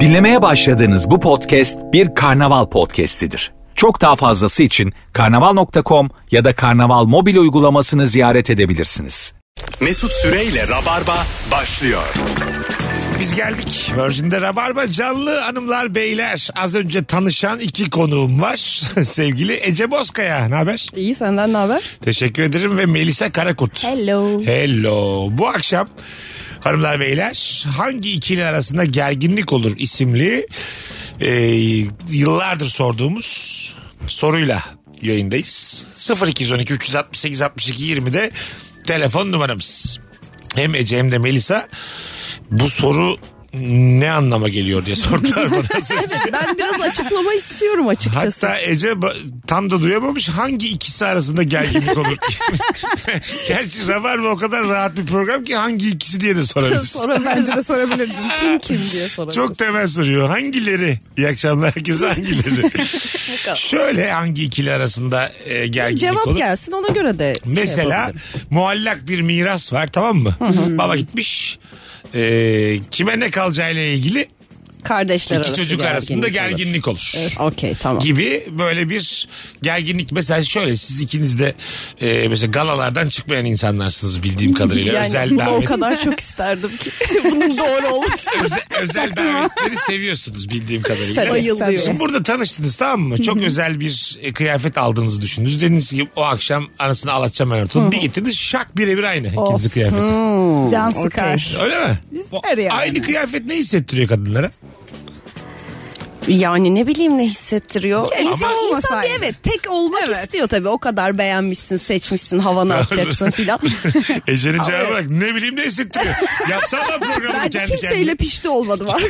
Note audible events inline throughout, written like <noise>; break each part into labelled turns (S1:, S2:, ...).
S1: Dinlemeye başladığınız bu podcast bir karnaval podcastidir. Çok daha fazlası için karnaval.com ya da karnaval mobil uygulamasını ziyaret edebilirsiniz.
S2: Mesut Süreyle Rabarba başlıyor.
S3: Biz geldik. Virgin'de Rabarba canlı hanımlar beyler. Az önce tanışan iki konuğum var. <laughs> Sevgili Ece Bozkaya. Ne haber?
S4: İyi senden ne haber?
S3: Teşekkür ederim ve Melisa Karakurt.
S4: Hello.
S3: Hello. Bu akşam hanımlar beyler hangi ikili arasında gerginlik olur isimli e, yıllardır sorduğumuz soruyla yayındayız. 0212 368 62 20'de telefon numaramız. Hem Ece hem de Melisa bu soru ne anlama geliyor diye sordular bana.
S4: Ben biraz açıklama istiyorum açıkçası.
S3: Hatta Ece ba- tam da duyamamış hangi ikisi arasında gerginlik olur. Gerçi Rabarba o kadar rahat bir program ki hangi ikisi diye de
S4: <laughs>
S3: sorabiliriz.
S4: Sonra bence de sorabilirdim. Kim kim diye sorabilirdim.
S3: Çok temel soruyor. Hangileri? İyi akşamlar herkese hangileri? Şöyle hangi ikili arasında e, gerginlik
S4: Cevap
S3: olur?
S4: gelsin ona göre de şey
S3: Mesela
S4: yapabilirim.
S3: muallak bir miras var tamam mı? Baba gitmiş. E, kime ne kalacağıyla ilgili
S4: kardeşler
S3: iki
S4: arası
S3: çocuk arasında gerginlik olur.
S4: olur. Okey tamam.
S3: gibi böyle bir gerginlik. Mesela şöyle siz ikiniz de e, mesela galalardan çıkmayan insanlarsınız bildiğim kadarıyla.
S4: Yani <laughs>
S3: özel
S4: bunu o
S3: davet.
S4: kadar çok isterdim ki <laughs> bunun doğru
S3: <laughs>
S4: olması.
S3: Özel, özel davetleri seviyorsunuz bildiğim kadarıyla.
S4: Tabii, Bayılıyorum.
S3: Şimdi burada tanıştınız tamam mı? Çok özel bir e, kıyafet aldığınızı düşündünüz. Dediniz ki o akşam anasını ağlatacağım ben ortalığı. Bir gittiniz şak birebir aynı ikinizin kıyafeti.
S5: Can sıkar.
S3: Öyle mi?
S5: Üzer yani.
S3: Aynı kıyafet ne
S4: <laughs>
S3: hissettiriyor kadınlara?
S4: Yani ne bileyim ne hissettiriyor. insan,
S5: ama-
S4: insan bir evet tek olmak istiyor tabii. O kadar beğenmişsin, seçmişsin,
S3: <laughs>
S4: havanı açacaksın filan.
S3: Ece'nin cevabı bak ne bileyim ne hissettiriyor. Yapsana programı
S4: Bence
S3: kendi
S4: kimseyle
S3: kendine.
S4: pişti
S3: <laughs>
S4: olmadı var.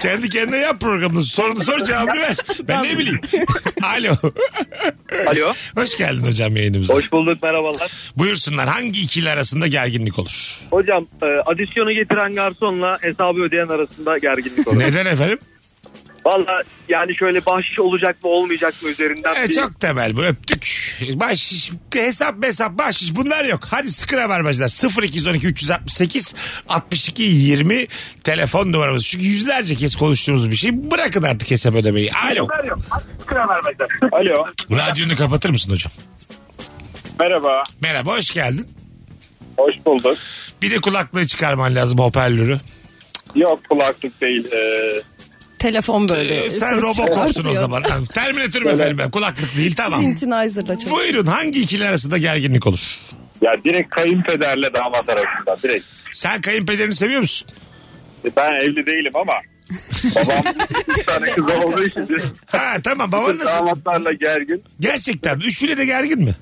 S3: Kendi kendine yap programını. Sorunu sor cevabını ver. Ben ne bileyim. <laughs> Alo.
S6: Alo.
S3: Hoş geldin hocam yayınımıza.
S6: Hoş bulduk merhabalar.
S3: Buyursunlar hangi ikili arasında gerginlik olur?
S6: Hocam e, adisyonu getiren garsonla hesabı ödeyen arasında gerginlik olur.
S3: Neden efendim?
S6: Valla yani şöyle bahşiş olacak mı olmayacak mı üzerinden
S3: E,
S6: bir...
S3: çok temel bu öptük. Bahşiş, hesap hesap bahşiş bunlar yok. Hadi sıkı rabarbacılar 0212 368 62 20 telefon numaramız. Çünkü yüzlerce kez konuştuğumuz bir şey. Bırakın artık hesap ödemeyi. Alo.
S7: Alo.
S3: Radyonu kapatır mısın hocam?
S7: Merhaba.
S3: Merhaba hoş geldin.
S7: Hoş bulduk.
S3: Bir de kulaklığı çıkarman lazım hoparlörü.
S7: Yok kulaklık değil. Ee,
S4: Telefon böyle.
S3: Ee, sen
S4: ses
S3: Robocop'sun o
S4: çıkartıyor.
S3: zaman. Ha, Terminatör mü efendim ben? Kulaklık değil tamam.
S4: Synthesizer'la çalış-
S3: Buyurun hangi ikili arasında gerginlik olur?
S7: ya direkt kayınpederle damat arasında direkt. E,
S3: Sen kayınpederini seviyor musun?
S7: Ben evli değilim ama babam bir tane kız olduğu için direkt
S3: Ha tamam baban nasıl?
S7: damatlarla gergin.
S3: Gerçekten üçüyle de gergin mi?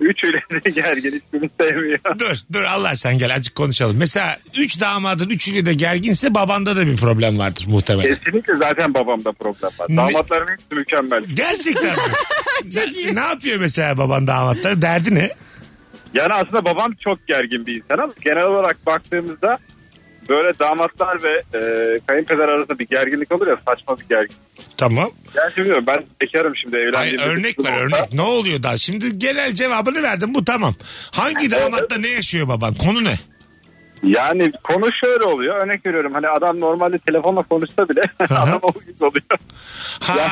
S7: Üçüyle de gergin. Hiçbirini sevmiyor.
S3: Dur dur Allah sen gel azıcık konuşalım. Mesela üç damadın üçüyle de gerginse babanda da bir problem vardır muhtemelen.
S7: Kesinlikle zaten babamda problem var. Damatların hepsi mükemmel.
S3: Gerçekten mi? ne, ne yapıyor mesela baban damatları? Derdi ne?
S7: Yani aslında babam çok gergin bir insan ama genel olarak baktığımızda böyle damatlar ve e, kayınpeder arasında bir gerginlik olur ya saçma bir gerginlik.
S3: Tamam.
S7: Yani bilmiyorum ben bekarım şimdi
S3: Ay,
S7: evlendiğimde.
S3: örnek
S7: bir kızım
S3: ver
S7: olsa-
S3: örnek. Ne oluyor daha? Şimdi genel cevabını verdim bu tamam. Hangi damatta ne yaşıyor baban? Konu ne?
S7: Yani konu şöyle oluyor. Örnek veriyorum hani adam normalde telefonla
S8: <laughs>
S7: konuşsa bile
S3: hı.
S7: adam o gibi oluyor.
S3: Ha,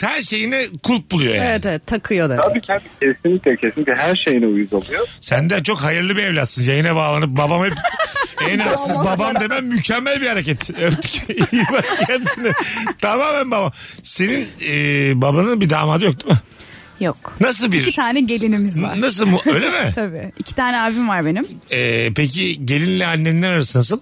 S3: her şeyine kulp buluyor yani.
S4: Evet evet takıyor demek.
S7: Tabii tabii kesinlikle kesinlikle her şeyine uyuz oluyor.
S3: Sen de çok hayırlı bir evlatsın. Yayına bağlanıp babam hep
S5: <laughs>
S3: en haksız babam demem mükemmel bir hareket. Öptük. <laughs> İyi bak kendine. Tamamen baba. Senin e, babanın bir damadı yok değil mi?
S5: Yok.
S3: Nasıl
S5: İki
S3: bir?
S5: tane gelinimiz var.
S3: Nasıl mu? Öyle
S5: <laughs>
S3: mi?
S5: Tabii. İki tane abim var benim.
S3: E, peki gelinle annenler arası nasıl?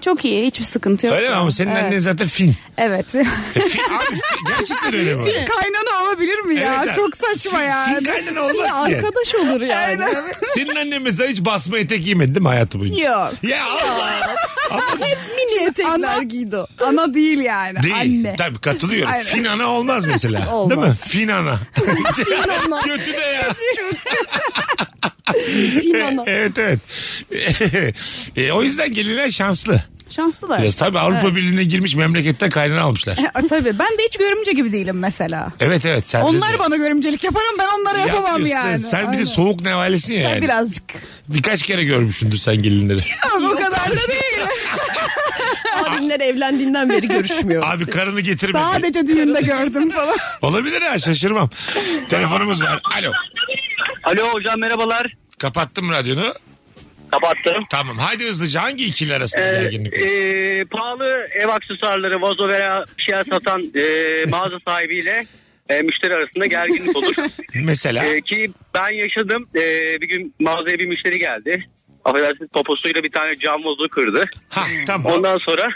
S5: Çok iyi. Hiçbir sıkıntı yok.
S3: Öyle mi? Ama senin
S5: evet.
S3: annen zaten fin.
S5: Evet. <laughs>
S3: E, fin abi fin- gerçekten öyle mi?
S5: Kaynana olabilir mi ya?
S3: Evet,
S5: Çok saçma
S3: fin-
S5: yani.
S3: Fin kaynana olmaz
S5: Hani
S3: ki. yani.
S4: Arkadaş olur yani.
S5: <laughs>
S3: Senin annen mesela hiç basma etek giymedi değil mi hayatı boyunca?
S5: Yok.
S3: Ya Allah.
S4: Mini etekler
S5: Ana-
S4: giydi o.
S5: Ana değil yani.
S3: Değil.
S5: Anne.
S3: Tabii katılıyorum.
S5: Aynen.
S3: Finana olmaz mesela.
S4: Olmaz.
S3: Değil mi?
S5: <laughs>
S3: Finana. Kötü de ya.
S4: Pinana.
S3: <laughs> evet evet. E, o yüzden gelinler şanslı.
S5: Şanslılar.
S3: Biraz tabii Avrupa Birliği'ne girmiş memlekette kaynana almışlar.
S5: <laughs> E, Tabii. Ben de hiç görümce gibi değilim mesela.
S3: Evet evet. Sen de-
S5: Onlar bana görümcelik yaparım ben onlara yapamam
S3: Yapıyorsun,
S5: yani.
S3: evet. Sen bir
S5: Aynen.
S3: de soğuk nevalesin ya yani.
S5: Birazcık.
S3: Birkaç kere görmüşsündür sen gelinleri.
S4: <laughs>
S5: Ama bu kadar da değil.
S4: Abi Annemler evlendiğinden beri görüşmüyor.
S3: Abi karını getirmedi.
S5: Sadece düğünde gördüm falan.
S3: Olabilir
S5: <laughs>
S3: ha şaşırmam. Telefonumuz var. Alo.
S6: Alo hocam merhabalar.
S3: Kapattım radyonu.
S6: Kapattım.
S3: Tamam. Haydi hızlıca hangi ikili arasında E, gerginlik? var?
S6: Ee, pahalı ev aksesuarları, vazo veya bir şeyler satan e, mağaza sahibiyle e, müşteri arasında gerginlik olur.
S3: Mesela
S6: E, ki ben yaşadım. E, bir gün mağazaya bir müşteri geldi. Affedersiniz poposuyla bir tane cam vazo kırdı.
S3: ha
S6: e,
S3: tamam.
S6: Ondan sonra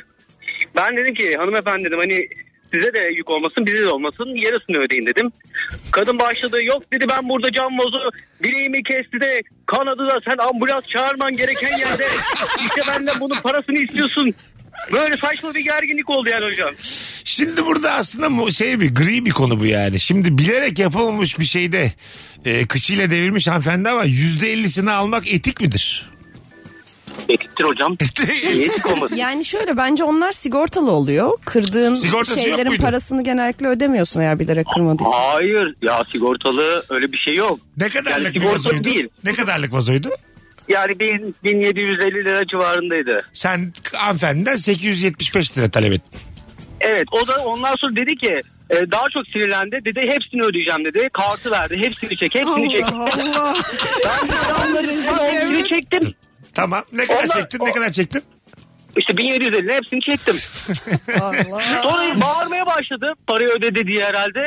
S6: ben dedim ki hanımefendi dedim hani size de yük olmasın bize de olmasın yarısını ödeyin dedim. Kadın başladı yok dedi ben burada cam bozu bileğimi kesti de kanadı da sen ambulans çağırman gereken yerde işte benden bunun parasını istiyorsun. Böyle saçma bir gerginlik oldu yani hocam.
S3: Şimdi burada aslında mu- şey bir gri bir konu bu yani. Şimdi bilerek yapılmış bir şeyde e, kıçıyla devirmiş hanımefendi ama yüzde ellisini almak etik midir? <laughs>
S6: Etiktir hocam. Etik olmasın.
S4: <laughs> Yani şöyle bence onlar sigortalı oluyor. Kırdığın
S3: Sigortası yok
S4: şeylerin
S3: muydu?
S4: parasını genellikle ödemiyorsun eğer bilerek kırmadıysan.
S6: Hayır ya sigortalı öyle bir şey yok.
S3: ne kadarlık
S6: Yani
S3: bir
S6: sigorta
S3: vazoydu?
S6: değil.
S3: Ne kadarlık vazoydu?
S6: Yani bin, 1750 lira civarındaydı.
S3: Sen hanımefendiden 875 lira talep ettin.
S6: Evet o da ondan sonra dedi ki e, daha çok sinirlendi. Dedi hepsini ödeyeceğim dedi. Kartı verdi. Hepsini çek. Hepsini çek.
S5: Allah Allah.
S6: <laughs> Ben de
S4: Adamlar rezil
S6: hepsini çektim.
S3: Tamam. Ne kadar
S6: Onlar-
S3: çektin? Ne
S6: o-
S3: kadar çektin?
S6: İşte 1750 'nin hepsini çektim. Sonra bağırmaya başladı. Parayı ödedi diye herhalde.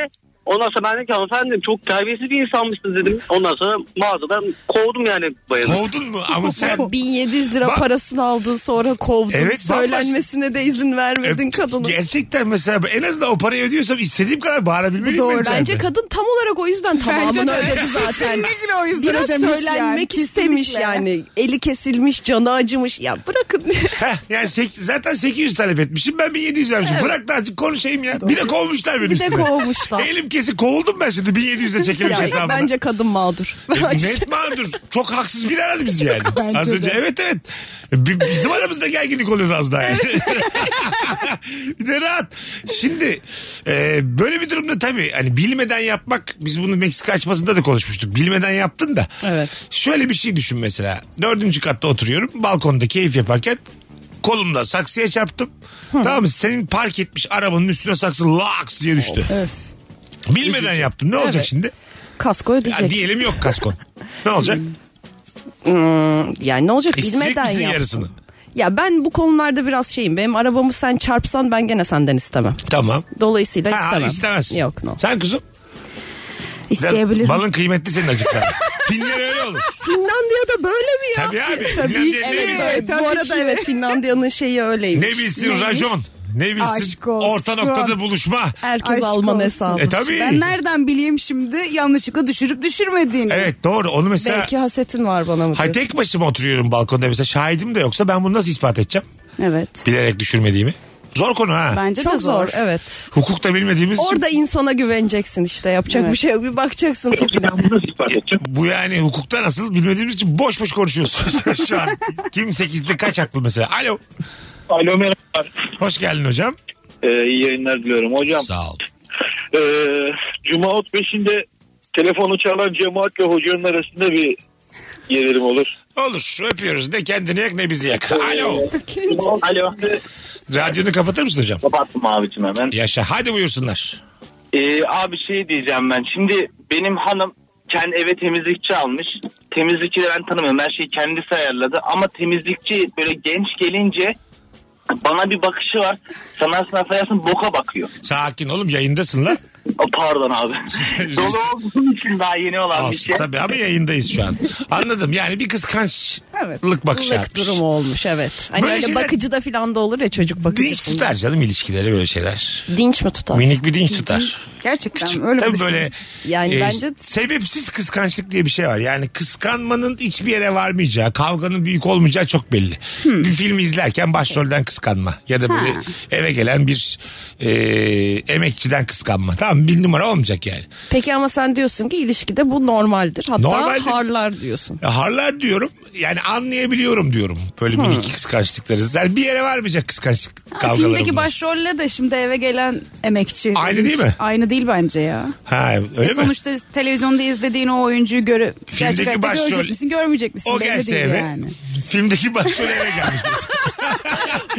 S6: Ondan sonra ben dedim ki hanımefendim çok terbiyesiz bir insanmışsınız dedim. Ondan sonra mağazadan kovdum yani bayanı.
S3: Kovdun mu?
S4: <laughs>
S3: Ama sen
S4: 1700 lira
S3: Bak-
S4: parasını aldın sonra kovdun.
S3: Evet, E,
S4: Söylenmesine de izin vermedin kadının.
S3: Gerçekten mesela en azından o parayı ödüyorsam istediğim kadar bağırabilmeliyim
S4: Doğru.
S3: bence.
S4: Bence kadın tam olarak o yüzden tamamını
S5: de.
S4: ödedi zaten.
S5: Kesinlikle o yüzden
S4: Biraz
S5: ödemiş yani.
S4: söylenmek
S5: Kesinlikle.
S4: istemiş yani. Eli kesilmiş, canı acımış. Ya bırakın.
S3: Heh, yani sek- zaten 800 talep etmişim ben 1700 vermişim. Bırak da azıcık konuşayım ya. Bir de kovmuşlar
S4: <laughs>
S3: beni
S4: Bir de
S3: üstüme.
S4: kovmuşlar.
S3: <laughs> Elim kesik kovuldum ben şimdi 1700'de çekilmiş
S4: ya,
S3: hesabına. Bence...
S4: bence kadın mağdur.
S3: E, Net mağdur. Çok haksız bir herhalde biz yani.
S5: Bence
S3: Az önce
S5: de.
S3: evet evet. E, Bi- Bizim aramızda gerginlik oluyordu az daha. Yani. <laughs> bir de rahat. Şimdi e, böyle bir durumda tabii hani bilmeden yapmak biz bunu Meksika açmasında da konuşmuştuk. Bilmeden yaptın da.
S4: Evet.
S3: Şöyle bir şey düşün mesela. Dördüncü katta oturuyorum. Balkonda keyif yaparken kolumla saksıya çarptım. Tamam mı? Senin park etmiş arabanın üstüne saksı laks diye düştü. Bilmeden yaptım. Ne olacak şimdi?
S4: Kasko
S3: Ya
S4: ödeyecek.
S3: diyelim yok kaskon. ne olacak?
S4: Yani ne olacak
S3: İsteyecek
S4: bilmeden
S3: misin
S4: yap.
S3: yarısını?
S4: Ya ben bu konularda biraz şeyim. Benim arabamı sen çarpsan ben gene senden istemem.
S3: Tamam.
S4: Dolayısıyla
S3: Ha,
S4: istemem.
S3: istemezsin.
S4: Yok no.
S3: Sen kuzum. biraz
S5: İsteyebilirim.
S3: Balın kıymetli senin acıktan. Finler öyle olur.
S4: Finlandiya'da böyle mi ya?
S3: Tabii abi. Finlandiya ne
S4: Evet,
S3: bilsin?
S4: evet,
S5: Tabii
S4: bu arada
S5: ki.
S4: evet Finlandiya'nın şeyi öyleymiş.
S3: Ne bilsin racon. Ne bilsin
S5: Aşk olsun.
S3: orta noktada buluşma.
S4: Herkes
S5: Aşk
S4: Alman
S5: olsun.
S4: hesabı.
S3: E tabii.
S5: Ben nereden bileyim şimdi yanlışlıkla düşürüp düşürmediğini.
S3: Evet doğru. Onu mesela
S4: Belki hasetin var bana mı
S3: Hay
S4: diyorsun?
S3: tek başıma oturuyorum balkonda mesela şahidim de yoksa ben bunu nasıl ispat edeceğim?
S5: Evet.
S3: Bilerek düşürmediğimi. Zor konu ha.
S5: Bence de
S4: Çok zor
S5: zor.
S4: evet.
S3: Hukukta bilmediğimiz için
S4: Orada insana güveneceksin işte yapacak
S5: Evet.
S4: bir şey yok. Bir bakacaksın tipine.
S3: bu yani hukukta nasıl bilmediğimiz için boş boş konuşuyoruz <laughs> şu an. Kim sekizde kaç haklı mesela? Alo.
S7: Alo merhabalar.
S3: Hoş geldin hocam.
S7: iyi yayınlar diliyorum. Hocam
S3: Sağ ol.
S7: e, Cuma ot 5'inde telefonu çalan cemaatle hocanın arasında bir gelirim olur.
S3: Olur öpüyoruz. Ne kendini yak ne bizi yak. Alo.
S7: Alo.
S3: Radyonu kapatır mısın hocam?
S7: Kapattım abicim hemen.
S3: Yaşa. Hadi buyursunlar.
S7: Ee, abi şey diyeceğim ben. Şimdi benim hanım kendi eve temizlikçi almış. Temizlikçi de ben tanımıyorum. Her şeyi kendisi ayarladı. Ama temizlikçi böyle genç gelince bana bir bakışı var. Sanarsın affedersin boka bakıyor.
S3: Sakin oğlum yayındasın lan.
S7: O, pardon abi. Dolu olduğum için daha yeni olan bir
S3: Olsun.
S7: şey.
S3: <laughs> Tabii ama yayındayız şu an. Anladım yani bir kıskançlık
S5: Evet.
S3: bakışı
S4: Lık
S3: atmış.
S4: durumu olmuş evet. Hani
S3: Böyle
S4: öyle
S3: şeyler-
S4: bakıcıda filan da olur ya çocuk
S3: Dinç
S4: bakıcısında.
S3: tutar canım ilişkileri böyle şeyler.
S4: Dinç mi tutar?
S3: Minik bir dinç tutar.
S5: Gerçekten öyle
S3: Tabii
S5: mi
S3: böyle
S5: düşünüyorsun?
S4: şey Yani
S3: e,
S4: bence-
S3: sebepsiz kıskançlık diye bir şey var. Yani kıskanmanın hiçbir yere varmayacağı, kavganın büyük olmayacağı çok belli.
S5: Hmm.
S3: Bir film izlerken başrolden kıskanma ya da böyle eve gelen bir e, emekçiden kıskanma. Tamam bir numara olmayacak yani.
S4: Peki ama sen diyorsun ki ilişkide bu normaldir. Hatta
S3: Normaldir.
S4: harlar diyorsun.
S3: Ya E, Harlar diyorum yani anlayabiliyorum diyorum böyle minik kıskançlıkları. Yani bir yere varmayacak kıskançlık
S5: Hmm. Ha,
S3: kavgaları.
S5: Filmdeki
S3: bunlar.
S5: başrolle de şimdi eve gelen emekçi.
S3: Aynı değil mi?
S5: Aynı değil bence ya.
S3: Ha öyle
S5: E
S3: mi?
S5: sonuçta televizyonda izlediğin o oyuncuyu göre gerçek hayatta
S3: başrol-
S5: görecek misin görmeyecek misin
S3: O
S5: belli
S3: gelse
S5: değil
S3: eve.
S5: yani.
S3: Filmdeki başrol eve gelmiş.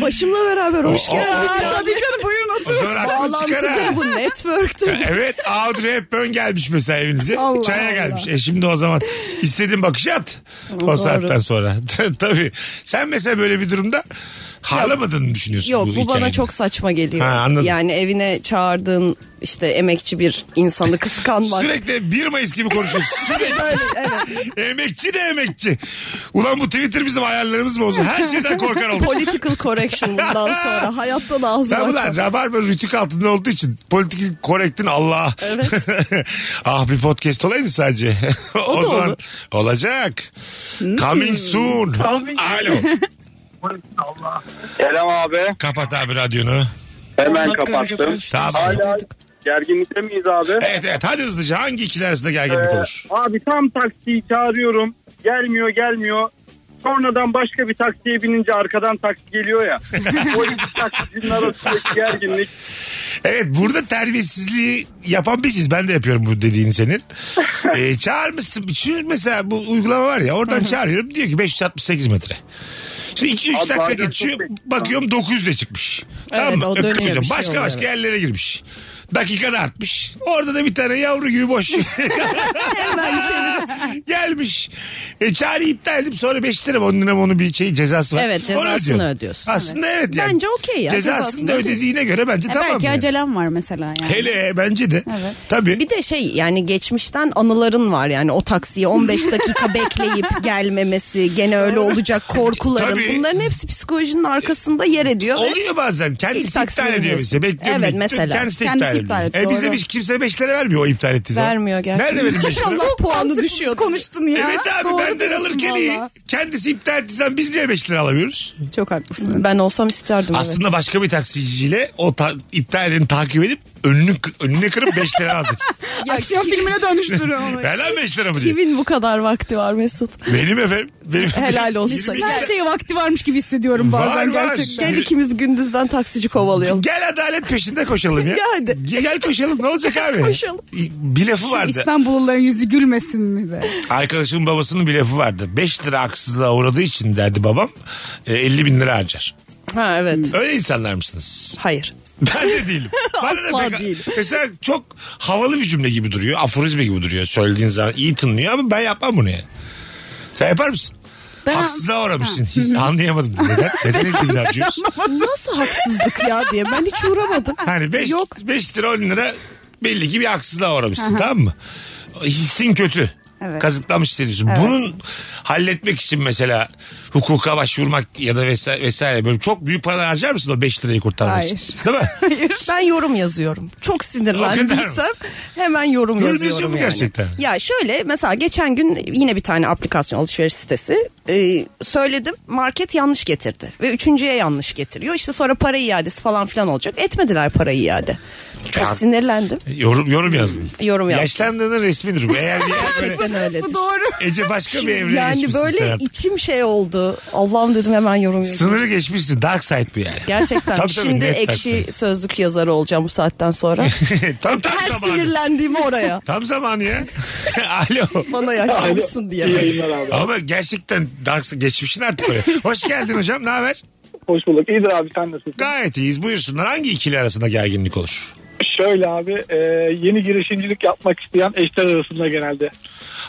S4: Başımla beraber hoş
S3: O- o-
S4: geldin.
S3: o-
S4: Tabii canım buyurun
S3: O zaman haklı çıkar ha.
S4: Bağlantıdır bu network'tür.
S3: Evet Audrey Hepburn gelmiş mesela evinize.
S5: Allah
S3: Çaya
S5: Allah.
S3: gelmiş. E şimdi o zaman istediğin bakışı at. O saatten sonra. <laughs> Tabii. Sen mesela böyle bir durumda harlamadığını mı düşünüyorsun
S4: Yok
S3: bu,
S4: bu bana
S3: hikayede?
S4: çok saçma geliyor.
S3: Ha, anladım.
S4: yani evine çağırdığın işte emekçi bir insanı kıskanmak.
S3: Sürekli 1 Mayıs gibi konuşuyorsun. Sürekli. emekçi de emekçi. Ulan bu Twitter bizim ayarlarımız bozdu. Her şeyden korkar
S4: <laughs>
S3: olmuş.
S4: Political correction bundan sonra. Hayatta da ağzını
S3: Sen
S4: açma.
S3: ulan rabarba rütük altında olduğu için politik korektin Allah.
S4: Evet.
S3: <laughs> ah bir podcast olaydı sadece. <laughs> o,
S4: da
S3: zaman
S4: olur. Hmm.
S3: olacak. Coming soon.
S4: <laughs>
S3: Alo.
S6: Selam abi.
S3: Kapat abi radyonu.
S6: Hemen
S4: Dakika önce
S6: kapattım.
S4: konuştuk.
S3: Tamam.
S6: Hala gerginlikte miyiz abi?
S3: Evet evet hadi hızlıca hangi ikili arasında gerginlik
S6: Ee,
S3: olur?
S6: Abi tam taksiyi çağırıyorum. Gelmiyor gelmiyor. Sonradan başka bir taksiye binince arkadan taksi geliyor
S4: <laughs>
S6: ya. o iki taksicinin arasındaki gerginlik.
S3: Evet burada terbiyesizliği yapan biziz. Ben de yapıyorum bu
S6: <laughs>
S3: dediğini senin. ee, çağırmışsın. Şu mesela bu uygulama var ya oradan çağırıyorum. Diyor ki 568 metre. Şimdi 2-3
S6: Abi
S3: dakika
S6: bazen
S3: geçiyor.
S6: çok bekliyorum.
S3: bakıyorum 900 de çıkmış.
S4: Evet,
S3: tamam mı?
S4: o
S3: Öptüm
S4: dönüyor
S3: hocam.
S4: bir şey
S3: Başka
S4: oluyor,
S3: başka yerlere girmiş. Dakika da artmış. Orada da bir tane yavru
S4: <laughs>
S3: gibi boş. <laughs> Gelmiş. E, çağrı iptal edip sonra 5 lira mı 10 lira mı onun bir şey cezası var.
S4: Evet,
S3: Onu
S4: cezasını
S3: ödüyorsun.
S4: ödüyorsun.
S3: Aslında evet. yani.
S4: Bence okey ya,
S3: Cezasını,
S4: cezasını
S3: da ödediğine göre bence
S5: E
S3: tamam.
S5: belki
S3: yani.
S5: acelem var mesela yani.
S3: Hele bence de.
S5: Evet.
S3: Tabii.
S4: Bir de şey yani geçmişten anıların var yani o taksiye
S3: <laughs>
S4: 15 dakika bekleyip gelmemesi gene öyle olacak korkuların
S3: Tabii.
S4: bunların hepsi psikolojinin arkasında yer ediyor. ve
S3: Oluyor bazen. Kendisi
S4: İlk taksini
S3: iptal ediyor
S4: biliyorsun.
S3: bize. Bekliyorum.
S4: Evet,
S3: bekliyorum.
S4: mesela.
S3: Kendisi de
S5: Kendisi
S3: iptal,
S5: iptal
S3: ediyor.
S5: etti,
S3: E bize
S5: doğru.
S3: bir, kimse 5 lira vermiyor o iptal ettiği zaman.
S4: Vermiyor gerçekten.
S3: Nerede
S4: <laughs>
S3: benim 5 lira?
S4: İnşallah puanı düşüyor.
S5: Konuştun ya.
S3: Evet abi
S5: Doğru
S3: benden
S5: diyorsun
S3: alırken
S5: valla.
S3: iyi. Kendisi iptal ettiği zaman biz niye 5 lira alamıyoruz?
S5: Çok haklısın.
S4: Ben olsam isterdim evet.
S3: Aslında başka bir taksiciyle o ta- iptal edeni takip edip önünü, kı- önüne kırıp 5
S4: <laughs>
S3: lira alacaksın.
S4: Ya
S5: Aksiyon filmine dönüştürün
S3: <laughs>
S5: onu.
S3: Ver lan 5 lira mı diye.
S4: Kimin bu kadar vakti var Mesut?
S3: Benim efendim. Benim
S4: Helal olsun sana. şey-
S3: 22
S5: Her şeye vakti varmış gibi hissediyorum
S3: Var,
S5: bazen
S3: var.
S5: gerçekten.
S4: Gel ikimiz gündüzden taksici kovalayalım.
S3: Gel adalet peşinde koşalım ya.
S4: Ya hadi.
S3: Gel, gel koşalım ne olacak abi?
S4: Koşalım.
S3: Bir lafı vardı.
S5: İstanbulluların yüzü gülmesin
S4: <laughs>
S5: mi be?
S3: Arkadaşımın babasının bir lafı vardı. 5 lira haksızlığa uğradığı için derdi babam. e, 50 bin lira harcar.
S4: Ha evet.
S3: Öyle insanlar mısınız? <laughs>
S4: Hayır.
S3: Ben de değilim. Bana
S4: Asla değil.
S3: Mesela çok havalı bir cümle gibi duruyor. Aforizma gibi duruyor. Söylediğin zaman iyi tınlıyor ama ben yapmam bunu yani. Sen yapar mısın?
S5: Ben
S3: Haksızlığa uğramışsın. Hiç anlayamadım. Neden? Neden elli bin lira harcıyorsun?
S4: Nasıl haksızlık ya diye ben hiç uğramadım.
S3: Hani 5 5 lira 10 lira belli ki bir haksızlığa uğramışsın tamam mı? Hissin kötü.
S5: Evet.
S3: Kazıtlamış hissediyorsun.
S5: Evet.
S3: Bunun halletmek için mesela hukuka başvurmak ya da vesaire, vesaire böyle çok büyük paralar harcar mısın o 5 lirayı kurtarmak
S5: Hayır.
S3: için? Değil mi?
S4: Ben yorum yazıyorum. Çok
S3: O
S4: sinirlendiysem
S3: kadar
S4: hemen yorum
S3: Yorum
S4: yazıyorum.
S3: yazıyor mu
S4: yani.
S3: gerçekten?
S4: Ya şöyle mesela geçen gün yine bir tane aplikasyon alışveriş sitesi e, söyledim market yanlış getirdi ve üçüncüye yanlış getiriyor. İşte sonra para iadesi falan filan olacak. Etmediler para iade. Çok
S3: Ya-
S4: sinirlendim.
S3: E, Yorum, yorum yazdın.
S4: Yorum yazdım.
S3: Yaşlandığının resmidir bu. Eğer
S4: <laughs>
S3: bir yer böyle
S4: Gerçekten öyle.
S5: Bu doğru.
S3: Ece başka bir evreye
S4: Yani
S3: geçmişsin
S4: böyle
S3: sen artık.
S4: içim şey oldu. Allah'ım dedim hemen yorum
S3: <laughs>
S4: yazayım.
S3: Sınırı geçmişsin. Dark side bu yani.
S4: Gerçekten
S3: Tabii tabii,
S4: şimdi
S3: net
S4: ekşi
S3: takdir.
S4: sözlük yazarı olacağım bu saatten
S3: <laughs>
S4: sonra.
S3: <laughs> tam tam
S4: Her
S3: zamanı.
S4: sinirlendiğimi oraya.
S3: Tam zamanı ya. <laughs> Alo.
S4: Bana yaşlanmışsın diye.
S3: Ama gerçekten Darks'a geçmişin
S9: <laughs>
S3: artık öyle. Hoş geldin hocam ne haber?
S9: Hoş bulduk. İyidir abi sen nasılsın?
S3: Gayet iyiyiz buyursunlar. Hangi ikili arasında gerginlik olur?
S9: Şöyle abi e, yeni girişimcilik yapmak isteyen eşler arasında genelde.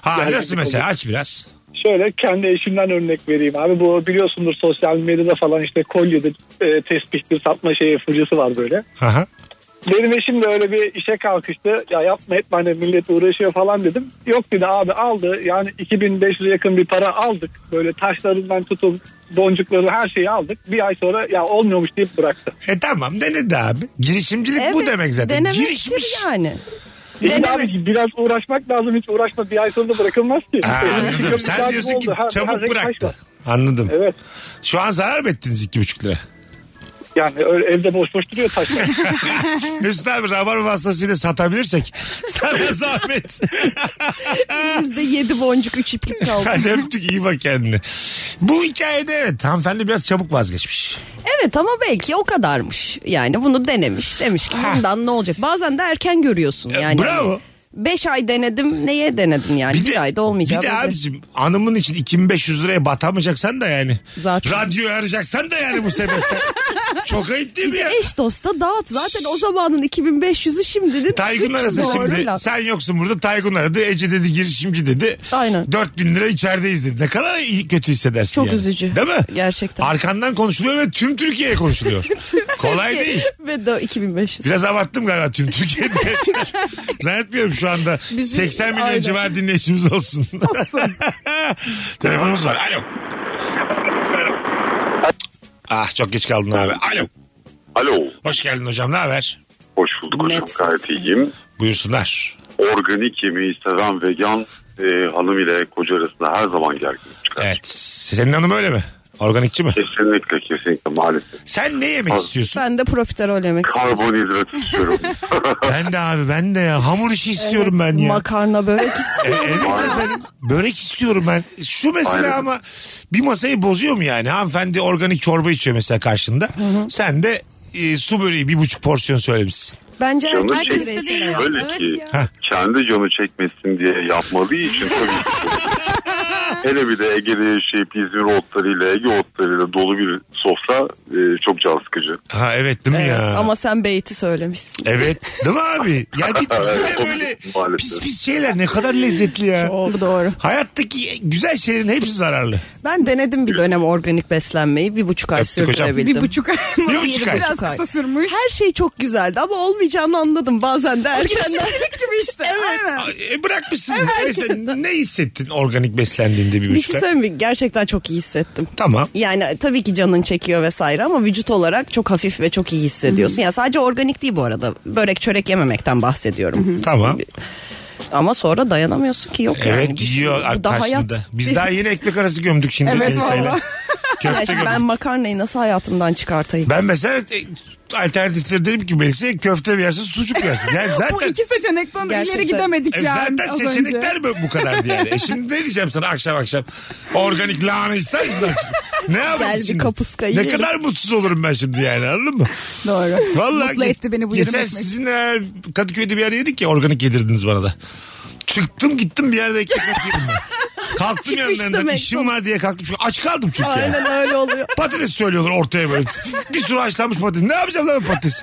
S3: Ha
S9: Gerginlik
S3: nasıl mesela
S9: olur.
S3: aç biraz.
S9: Şöyle kendi eşimden örnek vereyim abi. Bu biliyorsundur sosyal medyada falan işte kolyedir, e, tespihtir, satma şeyi fırçası var böyle.
S3: Aha.
S9: Benim eşim de öyle bir işe kalkıştı. Ya yapma etme hani millet uğraşıyor falan dedim. Yok dedi abi aldı. Yani 2500'e yakın bir para aldık. Böyle taşlarından tutun boncukları her şeyi aldık. Bir ay sonra ya olmuyormuş deyip bıraktı.
S3: E tamam denedi abi. Girişimcilik bu demek zaten.
S4: denemektir
S3: Girişmiş.
S4: yani.
S9: İyi
S4: Denemez.
S9: abi biraz uğraşmak lazım. Hiç uğraşma bir ay sonra da bırakılmaz ki. <laughs>
S3: Ha,
S9: Benim fikrim
S3: anladım.
S9: biraz
S3: Sen
S9: bu
S3: diyorsun ki
S9: oldu. Her- her
S3: çabuk
S9: renk
S3: bıraktı.
S9: taşla.
S3: Anladım.
S9: Evet.
S3: Şu an zarar mı ettiniz iki buçuk lira?
S9: Yani öyle evde boş boş duruyor
S10: <laughs>
S9: taşlar.
S3: Mesut abi rabarba
S9: <laughs>
S3: vasıtasıyla satabilirsek sana zahmet.
S4: Bizde 7 boncuk 3
S3: <laughs>
S4: iplik kaldı.
S3: Hadi öptük iyi bak kendine. Bu hikayede evet hanımefendi biraz çabuk vazgeçmiş.
S4: evet ama belki o kadarmış. Yani bunu denemiş. Demiş ki bundan ne olacak? Bazen de erken görüyorsun.
S3: Ya,
S4: Yani
S3: E, bravo.
S4: 5 ay denedim. Neye denedin yani? Hani Bir, ayda olmayacak.
S3: Bir de abicim anımın için 2500 liraya batamayacaksan da yani.
S4: Zaten.
S3: Radyo arayacaksan da yani
S4: <laughs>
S3: bu sebepten. Çok ayıp değil mi ya?
S4: Eş dosta dağıt. Zaten o zamanın 2500'ü şimdinin
S3: Taygun
S4: 300'ü
S3: arasın şimdi.
S4: Doğruyla.
S3: Sen yoksun burada. Taygun aradı. Ece dedi girişimci dedi.
S4: Aynen.
S3: 4000 lira içerideyiz dedi. Ne kadar iyi, kötü hissedersin
S4: Çok
S3: yani.
S4: üzücü.
S3: Değil mi?
S4: Gerçekten.
S3: Arkandan konuşuluyor ve tüm
S4: <laughs>
S3: Türkiye'ye konuşuluyor. Kolay
S4: Türkiye-
S3: değil.
S4: Ve de 2500.
S3: Biraz abarttım galiba
S4: <laughs>
S3: tüm Türkiye'de. Zannetmiyorum şu anda.
S4: Bizim-
S3: 80 milyon
S4: Aynen.
S3: civar dinleyicimiz olsun.
S4: Olsun.
S3: <laughs> Telefonumuz var. Alo. Ah çok geç kaldın abi. Alo.
S8: Alo,
S3: Hoş geldin hocam. Ne haber?
S8: hoş bulduk hocam.
S4: Net.
S8: Gayet iyiyim.
S3: Buyursunlar.
S8: Organik yemeği seven vegan e, hanım ile koca arasında her zaman gerginlik çıkar.
S3: Evet. Senin hanım öyle mi? Organikçi mi?
S8: Kesinlikle kesinlikle maalesef.
S3: Sen ne yemek
S8: Abi.
S3: istiyorsun?
S4: Sen de profiterol yemek
S8: Karbonhidrat istiyorum.
S3: Ben de abi ben de ya. Hamur işi istiyorum ben ya.
S4: Makarna börek
S3: E, evet
S8: Aynen.
S3: efendim. Börek istiyorum ben. Şu mesela
S8: Aynen.
S3: ama bir masayı bozuyor mu yani? Hanımefendi organik çorba içiyor mesela karşında. Sen de e, su böreği bir buçuk porsiyon söylemişsin.
S4: Bence
S8: Canım
S4: herkes
S8: çekti.
S4: bireysel hayat.
S8: Öyle
S5: evet
S8: ki
S5: <laughs> ya.
S8: kendi canı çekmesin diye yapmadığı için tabii
S5: <laughs>
S8: ki. Hele bir de Ege'de yaşayıp İzmir otlarıyla Ege otlarıyla dolu bir sofra e, çok can sıkıcı.
S3: Ha evet değil mi
S4: Evet,
S3: ya?
S4: Ama sen beyti söylemişsin.
S3: Evet değil mi abi? Ya bir, bir de
S8: Evet,
S3: böyle
S8: maalesef.
S3: pis pis şeyler ne kadar lezzetli ya.
S4: Doğru doğru.
S3: Hayattaki güzel şeylerin hepsi zararlı.
S4: Ben denedim bir dönem organik beslenmeyi. Bir buçuk ay
S3: Öptük hocam.
S4: sürdürebildim.
S5: Bir buçuk ay mı?
S3: Bir buçuk ay.
S5: Biraz
S4: Buçuk ay.
S5: kısa sürmüş.
S4: Her şey çok güzeldi ama olmayacağını anladım bazen de erkenden. <laughs>
S5: Girişimcilik gibi işte.
S4: Evet.
S5: Aynen.
S3: E, bırakmışsın. Mesela ne hissettin organik beslendiğinde bir
S4: bir
S3: buçuk
S4: şey
S3: ay?
S4: söyleyeyim mi? Gerçekten çok iyi hissettim.
S3: Tamam.
S4: Yani tabii ki canın çekiyor vesaire ama vücut olarak çok hafif ve çok iyi hissediyorsun. Ya sadece organik değil bu arada. Börek çörek yememekten bahsediyorum.
S3: Tamam.
S4: Ama sonra dayanamıyorsun ki yok yani.
S3: Evet
S4: Bir şey-
S3: yiyor
S4: bu da hayat.
S3: karşında.
S4: <laughs>
S3: Biz daha yeni ekmek arası gömdük şimdi.
S5: Evet,
S3: enseyle.
S5: valla.
S3: <laughs> Köfte
S4: Ya şimdi
S3: gömdük.
S4: ben
S3: Ben...
S4: makarnayı nasıl hayatımdan çıkartayım?
S3: mesela e, alternatifleri dedim ki Melisa'ya köfte mi yersin sucuk mu
S4: <laughs>
S3: yersin. Yani
S5: Bu
S3: zaten,
S5: iki seçenekten de
S4: Gerçekten.
S5: ileri gidemedik
S3: e,
S5: yani
S3: zaten
S5: az önce.
S3: seçenekler bu- bu kadardı yani. E şimdi ne diyeceğim sana akşam akşam? Organik lahana
S4: <laughs>
S3: ister misin akşam? Ne yapacağız
S4: bir
S3: şimdi?
S4: kapuska
S3: Ne
S4: yiyelim.
S3: kadar mutsuz olurum ben şimdi yani anladın mı?
S5: Doğru.
S3: Vallahi
S5: Mutlu
S3: ge-
S5: etti beni bu yarım
S3: Geçen
S5: ekmek.
S3: sizinle Kadıköy'de bir yer yedik ya organik yedirdiniz bana da. Çıktım gittim bir yerde ekmek arası yedim ben. Kalktım
S4: Çıkıştı
S3: yanlarından
S4: McDonald's.
S3: işim var diye kalktım. Çünkü aç kaldım çünkü. yani.
S4: Aynen öyle oluyor.
S3: Patates söylüyorlar ortaya böyle. Bir sürü haşlanmış patates. Ne yapacağım lan ben patates?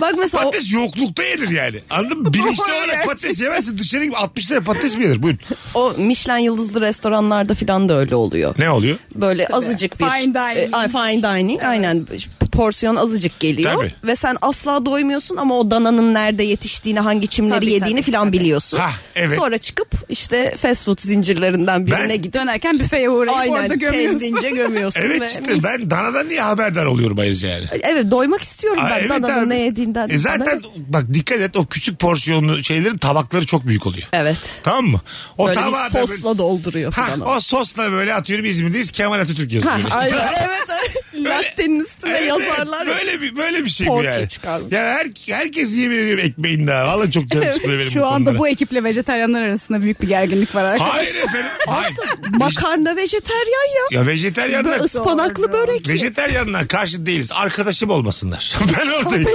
S4: Bak mesela o-
S3: Patates yoklukta yenir yani. Anladın mı? Bilinçli
S5: Doğru,
S3: olarak
S5: evet.
S3: patates yemezsin. Dışarı gibi 60 lira patates mi yenir? Buyurun.
S4: o, Michelin yıldızlı restoranlarda falan da öyle oluyor.
S3: Ne oluyor?
S4: Böyle azıcık bir
S5: Fine dining.
S4: E, ay, fine dining aynen porsiyon azıcık geliyor
S3: Tabii.
S4: ve sen asla doymuyorsun ama o dananın nerede yetiştiğini, hangi çimleri
S5: Tabii,
S4: yediğini
S5: tabii,
S4: falan biliyorsun.
S3: Hah, evet.
S4: Sonra çıkıp işte fast food zincirlerinden birine
S3: Ben-
S4: gidip
S5: Dönerken büfeye uğrayıp orada
S4: aynen
S5: gömüyorsun.
S4: kendince
S3: <laughs>
S4: gömüyorsun
S3: Evet
S4: ve
S3: işte
S4: mis-
S3: ben danadan niye haberdar oluyorum ayrıca yani?
S4: Evet doymak istiyorum
S3: Aa,
S4: ben
S3: evet
S4: dananın
S3: abi.
S4: ne yediğinden.
S3: E zaten bak dikkat et o küçük porsiyonlu şeylerin tabakları çok büyük oluyor.
S4: Evet.
S3: Tamam mı? O
S4: Böyle bir
S3: tabağı da böyle-
S4: sosla dolduruyor
S3: Ha,
S4: falan.
S3: o sosla böyle atıyorum İzmir'deyiz Kemal Atatürk yazıyor.
S4: Ha,
S3: böyle. <laughs>
S4: aynen. evet. evet.
S3: Böyle-
S4: Latte'nin üstüne
S3: Evet,
S4: yazarlar.
S3: evet.
S4: ya.
S3: Böyle bir, böyle bir şey bu
S4: Portre
S3: yani.
S4: çıkarmış.
S3: Ya her, herkes yemin ediyorum ekmeğin daha. Valla çok canım sıkılıyor benim
S5: Şu anda
S3: konulara.
S5: bu ekiple vejetaryenler arasında büyük bir gerginlik var arkadaşlar.
S3: Hayır efendim. Hayır.
S4: Makarna vejeteryan ya.
S3: Ya
S4: Böyle
S3: vejeteryanlar
S4: ıspanaklı börek.
S3: vejeteryanlar karşı değiliz. Arkadaşım olmasınlar. <laughs> ben oradayım.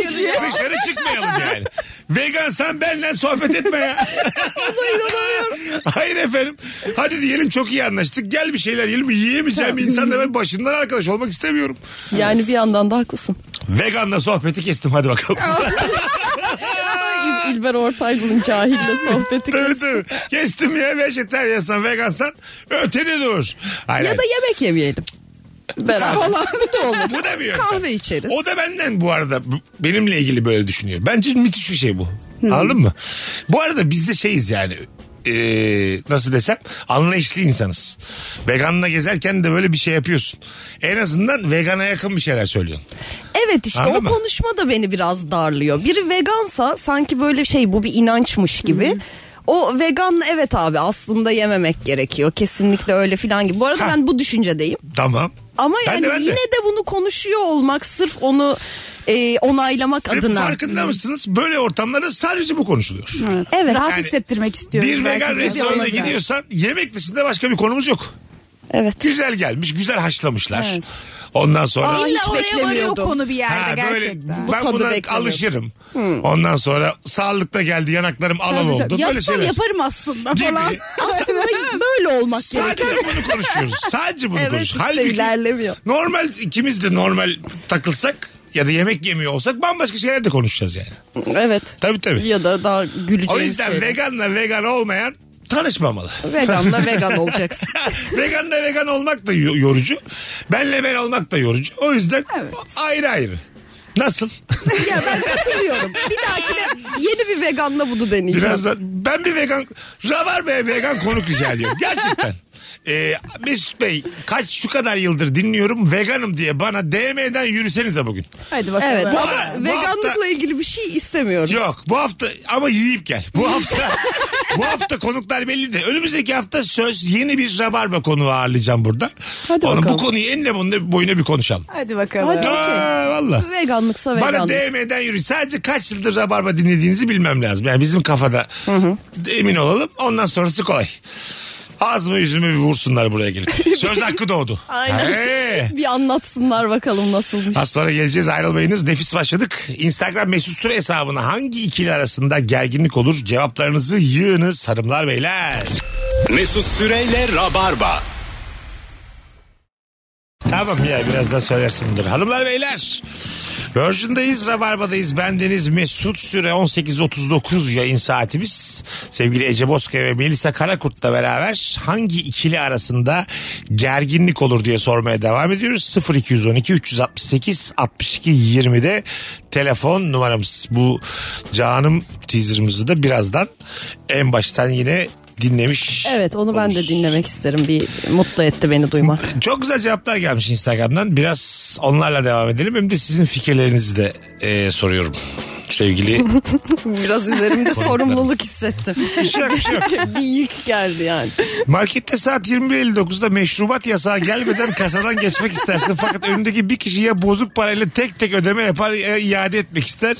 S3: Dışarı çıkmayalım yani. Vegansan benle sohbet etme ya. <laughs> Hayır efendim. Hadi diyelim çok iyi anlaştık. Gel bir şeyler yiyelim. Yiyemeyeceğim insanla ben başından arkadaş olmak istemiyorum.
S4: Yani bir yandan da haklısın.
S3: Veganla sohbeti kestim hadi bakalım. <laughs>
S4: İl- İlber Ortaylı'nın cahille
S3: <laughs>
S4: sohbeti
S3: tabii
S4: kestim.
S3: tabii. Kestim ya vejeteryansan vegansan ötede dur. Hayır,
S4: Ya da
S3: hayır.
S4: yemek yemeyelim. Beraber. Bu da olur.
S3: bu da bir yöntem.
S4: Kahve içeriz.
S3: O da benden bu arada b- benimle ilgili böyle düşünüyor. Bence müthiş bir şey bu.
S4: Hmm.
S3: Anladın mı? Bu arada biz de şeyiz yani e, nasıl desem anlayışlı insanız. Veganla gezerken de böyle bir şey yapıyorsun. En azından vegana yakın bir şeyler söylüyorsun.
S4: Evet işte
S3: Anladın
S4: o
S3: mı?
S4: konuşma da beni biraz darlıyor. Biri vegansa sanki böyle şey bu bir inançmış gibi. O vegan evet abi aslında yememek gerekiyor. Kesinlikle öyle filan gibi. Bu arada
S3: Ha.
S4: ben bu düşüncedeyim.
S3: Tamam.
S4: Ama
S3: Ben
S4: yani
S3: de, E, ben de.
S4: yine de. bunu konuşuyor olmak sırf onu e, onaylamak
S3: Ve
S4: adına. Hmm.
S3: farkında mısınız? Böyle ortamlarda sadece bu konuşuluyor.
S4: Evet.
S5: Rahat
S3: Yani
S5: hissettirmek istiyoruz.
S3: bir
S5: belki
S4: şey
S3: vegan
S5: de. Bir şey
S3: restorana
S5: olabilir.
S3: gidiyorsan yemek dışında başka bir konumuz yok.
S4: Evet.
S3: Güzel gelmiş, güzel haşlamışlar. Ondan sonra
S4: Aa,
S5: İlla
S4: Hiç
S5: oraya varıyor
S4: beklemiyordum.
S5: konu bir yerde
S3: Ha,
S5: gerçekten.
S3: Böyle,
S4: Bu
S3: ben
S4: tadı
S3: buna
S4: beklemiyordum.
S3: alışırım. Ondan sonra sağlıkta geldi yanaklarım alam
S5: Hmm. Tabii, tabii.
S3: oldu. Böyle
S5: Yapsam
S3: şeyler.
S5: yaparım <laughs> aslında
S3: Gibi.
S5: falan.
S4: Aslında böyle olmak
S3: Sadece
S4: gerekiyor.
S3: bunu konuşuyoruz.
S5: <laughs>
S3: Sadece bunu
S4: Evet,
S3: konuşuyoruz.
S4: işte ilerlemiyor.
S3: normal ikimiz de normal takılsak ya da yemek yemiyor olsak bambaşka şeyler de konuşacağız yani.
S4: Evet.
S3: Tabii tabii.
S4: Ya da daha
S3: O
S4: güleceğimiz
S3: yüzden
S4: şey.
S3: veganla vegan olmayan tanışmamalı. <laughs>
S4: Veganla vegan olacaksın.
S3: veganla vegan olmak da yo- yorucu. Benle ben olmak da yorucu. O yüzden
S5: Evet.
S3: ayrı ayrı. Nasıl?
S4: ya ben katılıyorum. Bir dahakine yeni bir veganla bunu deneyeceğim.
S3: Biraz da ben bir vegan Rabar Bey'e vegan konuk rica ediyorum. Gerçekten. Ee, Mesut Bey kaç şu kadar yıldır dinliyorum veganım diye bana DM'den yürüsenize bugün.
S5: Hadi bakalım.
S4: Evet
S3: Bu
S4: ama
S3: ara- bu
S4: veganlıkla
S3: hafta-
S4: ilgili bir şey istemiyoruz.
S3: Yok bu hafta ama yiyip gel. Bu hafta bu hafta konuklar belli de. Önümüzdeki hafta söz yeni bir Rabarba konuğu ağırlayacağım burada.
S4: Hadi
S3: Onu, bu
S4: bakalım.
S3: konuyu enle boyuna, boyuna bir konuşalım.
S5: Hadi bakalım.
S4: Hadi. Okey.
S3: Aa, valla.
S4: Veganlıksa
S3: Bana
S4: veganlık.
S3: DM'den yürü. Sadece kaç yıldır rabarba dinlediğinizi bilmem lazım. Yani bizim kafada emin olalım. Ondan sonrası kolay. Ağzımı yüzümü bir vursunlar buraya gelip. Söz hakkı doğdu.
S4: Aynen.
S3: Hey.
S4: Bir anlatsınlar bakalım nasılmış.
S3: Az sonra geleceğiz ayrılmayınız. Nefis başladık. Instagram mesut süre hesabına hangi ikili arasında gerginlik olur? Cevaplarınızı yığınız hanımlar beyler.
S2: Mesut Süreyle Rabarba.
S3: Tamam ya biraz daha söylersin bunları. Hanımlar beyler. Virgin'dayız, Rabarba'dayız. Bendeniz Mesut Süre 18.39 yayın saatimiz. Sevgili Ece Bozkaya ve Melisa Karakurt'la beraber hangi ikili arasında gerginlik olur diye sormaya devam ediyoruz. 0212 368 62 20'de telefon numaramız. Bu canım teaserımızı da birazdan en baştan yine dinlemiş.
S4: Evet onu ben de
S3: oluruz.
S4: dinlemek isterim. Bir mutlu etti beni duymak.
S3: <laughs> Çok güzel cevaplar gelmiş Instagram'dan. Biraz onlarla devam edelim. Hem de sizin fikirlerinizi de e, soruyorum. Sevgili
S4: Biraz üzerimde sorumluluk hissettim.
S3: bir şey yok, bir şey yok.
S4: <laughs> bir yük geldi yani.
S3: Markette saat 21.59'da meşrubat yasağı gelmeden kasadan geçmek istersin. Fakat önündeki bir kişiye bozuk parayla tek tek ödeme yapar e, iade etmek ister.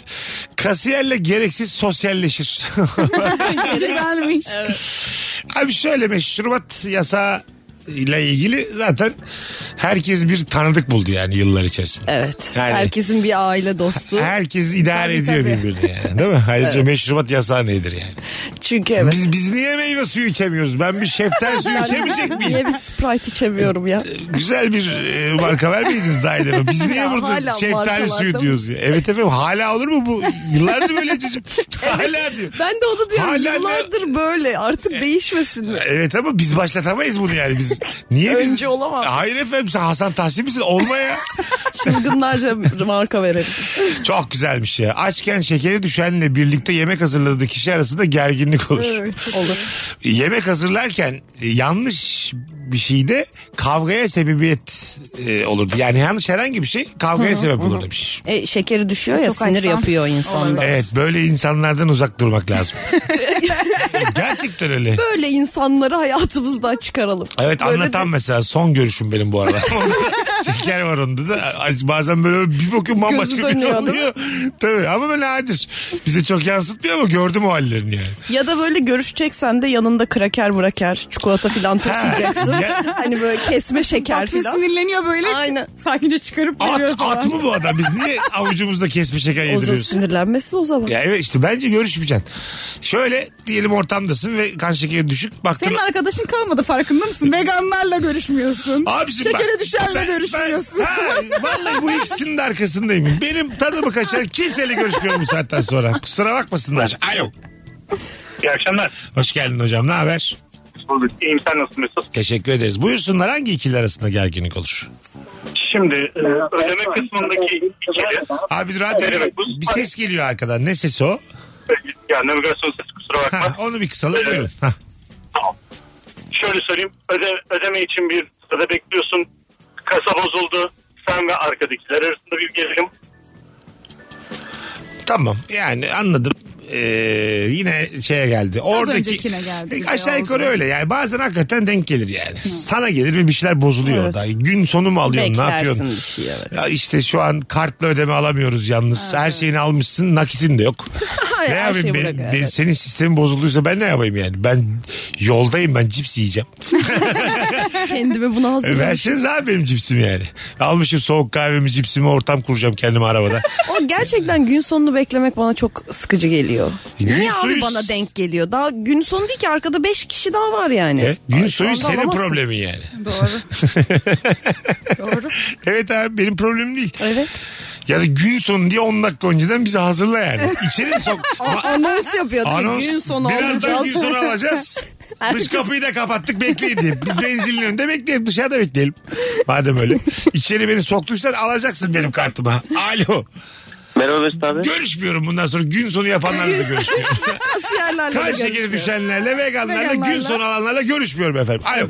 S3: Kasiyerle gereksiz sosyalleşir. <laughs>
S5: Güzelmiş.
S3: Abi şöyle meşrubat yasağı ile ilgili zaten herkes bir tanıdık buldu yani yıllar içerisinde.
S4: Evet.
S3: Yani-
S4: Herkesin bir aile dostu.
S3: Herkes idare ediyor birbirini yani değil mi? Ayrıca meşrubat yasağı nedir yani?
S4: Çünkü evet.
S3: Biz, biz niye meyve suyu içemiyoruz? Ben
S4: <laughs>
S3: bir şeftali suyu içemeyecek miyim?
S4: Niye bir Sprite içemiyorum
S3: <laughs>
S4: ya?
S3: Güzel bir e, marka vermeydiniz daha edeme. Biz niye
S4: Ya
S3: burada
S4: hala
S3: şeftali
S4: markalarda
S3: suyu
S4: mı?
S3: diyoruz? Ya? Evet efendim hala olur mu bu? Yıllardır böyle
S4: <laughs>
S3: içeceğim. <laughs> Hala diyor.
S4: Ben de onu diyorum.
S3: Hala-
S4: Yıllardır böyle.
S3: <laughs>
S4: Artık değişmesin mi?
S3: Evet ama biz başlatamayız bunu yani
S4: <laughs>
S3: biz. Niye biz?
S4: Önce olamaz.
S3: Hayır efendim sen Hasan Tahsin misin?
S4: <laughs>
S3: Olma ya.
S4: Çılgınlarca marka verelim.
S3: Çok güzelmiş ya. Açken şekeri düşenle birlikte yemek hazırladığı kişi arasında gerginlik olur.
S4: Olur.
S3: yemek hazırlarken e, yanlış bir şeyde kavgaya sebebiyet e, olurdu. Yani yanlış herhangi bir şey kavgaya sebep olur demiş.
S4: E, şekeri düşüyor ya
S5: Çok
S4: sinir
S5: açsam.
S4: yapıyor insanda.
S3: Evet böyle insanlardan uzak
S4: <laughs>
S3: durmak lazım. Gerçekten öyle.
S4: Böyle insanları hayatımızdan çıkaralım.
S3: Evet
S4: Böyle
S3: anlatan mesela son görüşüm benim
S4: <laughs>
S3: bu arada. Şeker var onda da. Ay, Bazen böyle bir bakıyorum bambaşka
S4: Gözü
S3: bir şey
S4: dönüyor adamın.
S3: oluyor. Tabii ama böyle nadir. Bize çok yansıtmıyor ama gördüm o hallerini yani.
S4: Ya da böyle görüşeceksen de yanında kraker mraker, çikolata filan taşıyacaksın.
S3: Ya-
S4: hani böyle kesme şeker
S5: Tatlı
S4: filan.
S5: sinirleniyor böyle.
S4: Aynen.
S5: Sakince çıkarıp
S3: At,
S5: veriyor falan.
S3: at mı bu adam? Biz niye avucumuzda kesme şeker
S4: Uzun
S3: yediriyoruz?
S4: sinirlenmesin o zaman.
S3: Ya evet işte bence görüşmeyeceksin. Şöyle diyelim ortamdasın ve kan şekeri düşük. Baktın
S5: Senin arkadaşın kalmadı farkında
S3: <laughs>
S5: mısın? Veganlarla görüşmüyorsun.
S3: Abicim
S5: Şekere
S3: bak,
S5: düşenle
S3: ben-
S5: görüşmüyorsun.
S3: ben- ha, vallahi bu ikisinin de arkasındayım. Benim tadımı kaçan kimseyle görüşmüyorum bu saatten sonra. Kusura bakmasınlar. Alo.
S7: İyi akşamlar.
S3: Hoş geldin hocam ne haber?
S7: Bulduk. İyiyim sen nasılsın Mesut?
S3: Teşekkür ederiz. Buyursunlar hangi ikili arasında gerginlik olur?
S7: Şimdi e, ödeme
S5: şey.
S7: kısmındaki ikili
S3: Abi dur abi
S7: Evet.
S3: bir ses geliyor arkadan. Ne sesi o?
S5: şey.
S7: ya navigasyon sesi kusura
S3: Ha, <laughs>
S7: bakma.
S3: onu bir kısalım buyurun. Ha.
S7: Tamam. Şöyle söyleyeyim. Öde- ödeme için bir sırada bekliyorsun. Kasa bozuldu. Sen ve arkadakiler arasında bir gerilim.
S3: Tamam yani anladım. e, yine şeye geldi. Oradaki
S5: öncekine geldi.
S3: E, aşağı yukarı
S5: Oldu.
S3: öyle yani bazen hakikaten denk gelir yani. Sana gelir ve bir şeyler bozuluyor
S4: Evet.
S3: orada. Gün sonu mu alıyorsun ne
S4: Beklersin
S3: yapıyorsun?
S4: bir şey
S5: <laughs>
S4: evet.
S3: Ya işte şu an kartla ödeme alamıyoruz yalnız. Her şeyini almışsın nakitin
S4: <laughs>
S3: de yok.
S4: Her
S3: ne
S4: şey
S3: yapayım?
S4: şeyi
S3: Ben-
S4: bırak,
S3: ben-
S4: evet.
S3: senin sistemin bozulduysa ben ne yapayım yani? Ben yoldayım ben cips yiyeceğim.
S4: Kendimi buna
S3: E,
S4: hazırlamışım.
S3: Verseniz abi benim cipsimi yani. Almışım soğuk kahvemi cipsimi ortam kuracağım kendime arabada.
S4: O gerçekten gün sonunu beklemek bana çok sıkıcı geliyor.
S3: Gün
S4: <laughs> Niye
S3: suyu-
S4: abi bana denk geliyor? Daha gün sonu değil ki arkada 5 kişi daha var yani.
S3: E, gün
S4: Ay, şu
S3: suyu
S4: anda
S3: senin
S4: alamazsın.
S3: problemin yani. <laughs>
S5: Doğru. Doğru.
S3: Evet abi benim problemim değil.
S4: Evet.
S3: Ya da gün sonu diye 10 dakika önceden bizi hazırla yani.
S4: <laughs>
S3: İçeri sok.
S4: A- anons yapıyor değil mi?
S3: Anons,
S4: Gün sonu
S3: birazdan
S4: alacağız. <laughs>
S3: gün sonu alacağız. Dış kapıyı da kapattık bekleyin diye. Biz benzinin önünde bekleyelim dışarıda bekleyelim. Madem öyle. İçeri beni soktuysan alacaksın benim kartımı. Alo.
S7: Merhaba Mesut abi.
S3: Görüşmüyorum bundan sonra gün sonu
S4: <laughs>
S3: yapanlarla görüşmüyorum.
S4: Asiyerlerle
S3: Kan
S4: de
S3: şekeri
S4: görüşüyor.
S3: düşenlerle veganlarla,
S5: Veganlarla.
S3: gün sonu alanlarla görüşmüyorum efendim. Alo.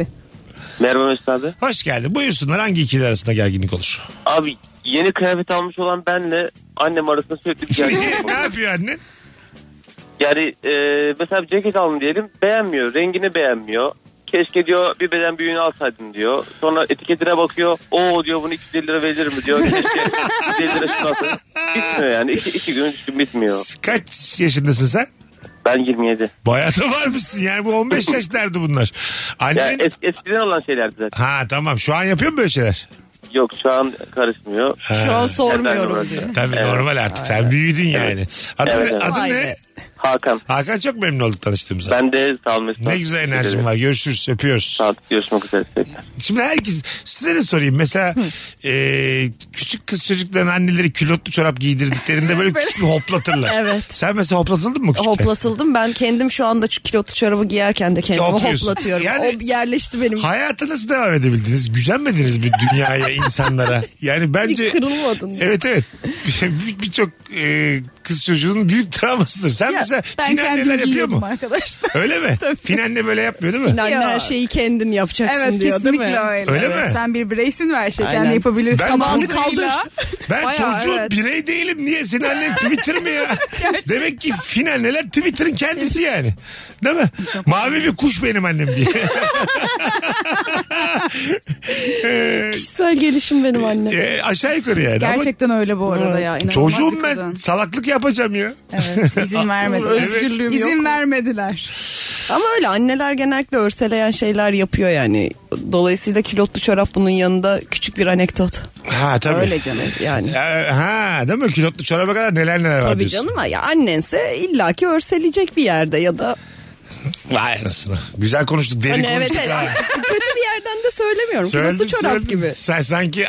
S7: Merhaba Mesut abi.
S3: Hoş geldin. Buyursunlar hangi ikili arasında gerginlik olur?
S7: Abi yeni kıyafet almış olan benle annem arasında sürekli bir
S3: <laughs>
S7: gerginlik
S3: ne
S7: oluyor.
S3: yapıyor annen?
S7: Yani e, mesela bir ceket alın diyelim beğenmiyor. Rengini beğenmiyor. Keşke diyor bir beden büyüğünü alsaydın diyor. Sonra etiketine bakıyor. O diyor bunu 250 lira verir mi diyor. Keşke 250 lira şunu alsaydın. Bitmiyor yani. İki, iki gün üç gün bitmiyor.
S3: Kaç yaşındasın sen?
S7: Ben 27.
S3: Bayağı da varmışsın yani bu
S7: <laughs>
S3: 15 yaşlardı bunlar.
S7: Ya
S3: Annen...
S7: es- eskiden olan şeylerdi zaten.
S3: Ha tamam şu an yapıyor mu böyle şeyler?
S7: Yok şu an karışmıyor.
S6: Ee,
S4: Şu an
S7: Neden
S4: sormuyorum diyor.
S3: Tabii
S7: Evet.
S3: normal artık sen büyüdün yani. Adın,
S7: Evet, evet.
S3: adın
S4: Vay
S3: ne?
S4: be.
S7: Hakan.
S3: Hakan çok memnun olduk tanıştığımıza.
S7: Ben de sağ olun. Mesut
S3: Ne
S7: abi.
S3: güzel
S7: Teşekkür
S3: enerjim
S7: ederim.
S3: var. Görüşürüz. Öpüyoruz.
S7: Sağ olun. Görüşmek üzere. Teşekkürler.
S3: Şimdi herkes size de sorayım. Mesela e, küçük kız çocukların anneleri külotlu çorap giydirdiklerinde böyle küçük bir hoplatırlar.
S4: Evet.
S3: Sen mesela hoplatıldın mı küçükken?
S4: Hoplatıldım ben kendim şu anda şu kilotu çorabı giyerken de kendimi
S3: Hopluyorsun.
S4: hoplatıyorum.
S3: Yani-
S4: o yerleşti benim.
S3: Hayata nasıl devam edebildiniz? Gücenmediniz bir
S5: <laughs>
S3: dünyaya, insanlara. Yani bence...
S4: Kırılmadın.
S3: Evet evet. Bir- Birçok e, kız çocuğunun büyük travmasıdır. Sen
S5: Ya,
S3: mesela
S5: ben
S3: finanneler
S5: kendim
S3: yapıyor
S5: giyiyordum
S3: mu?
S5: arkadaşlar.
S3: Öyle mi?
S5: Tabii.
S3: Finanne böyle yapmıyor değil mi?
S4: Anne
S5: Ya.
S4: her şeyi kendin yapacaksın
S5: <laughs> Evet
S4: diyor değil mi?
S5: kesinlikle öyle.
S3: Öyle
S5: Evet,
S3: mi?
S5: Sen bir bireysin ve her şeyi
S4: Aynen.
S5: kendin yapabilirsin.
S3: Ben
S5: Tabağını
S3: çocuğum-
S5: kaldır.
S3: Ben
S5: Bayağı,
S3: çocuğun
S5: evet.
S3: birey değilim. Niye? Senin annen Twitter
S5: <laughs>
S3: mı ya? Demek ki finanneler Twitter'ın kendisi yani. Değil mi? Mavi bir kuş benim annem
S5: <laughs>
S3: diye. <laughs> Ee,
S4: Kişisel gelişim benim annem.
S3: e, aşağı yukarı yani.
S5: Gerçekten öyle bu arada
S4: Evet.
S5: ya.
S3: Ama
S5: İnanılmaz
S3: çocuğum
S5: bir
S3: ben
S5: kadın.
S3: salaklık yapacağım ya.
S5: Evet,
S3: <laughs>
S5: izin vermediler.
S4: Özgürlüğüm yok.
S5: İzin vermediler.
S4: Ama öyle anneler genellikle örseleyen şeyler yapıyor yani. Dolayısıyla kilotlu çorap bunun yanında küçük bir anekdot.
S3: Ha tabii.
S4: Öyle canım yani.
S3: Ee, Ha değil mi? Külotlu çoraba kadar neler neler var
S4: Tabii
S3: diyorsun.
S4: canım ya annense illaki örseleyecek bir yerde ya da
S3: Vay anasını. Güzel konuştuk. Derin
S4: hani evet,
S3: konuştuk.
S4: <laughs>
S3: ha.
S4: evet, kötü bir yerden de söylemiyorum.
S3: Söyledin,
S4: Kilotlu çorap
S3: söyledin.
S4: gibi.
S3: Sen sanki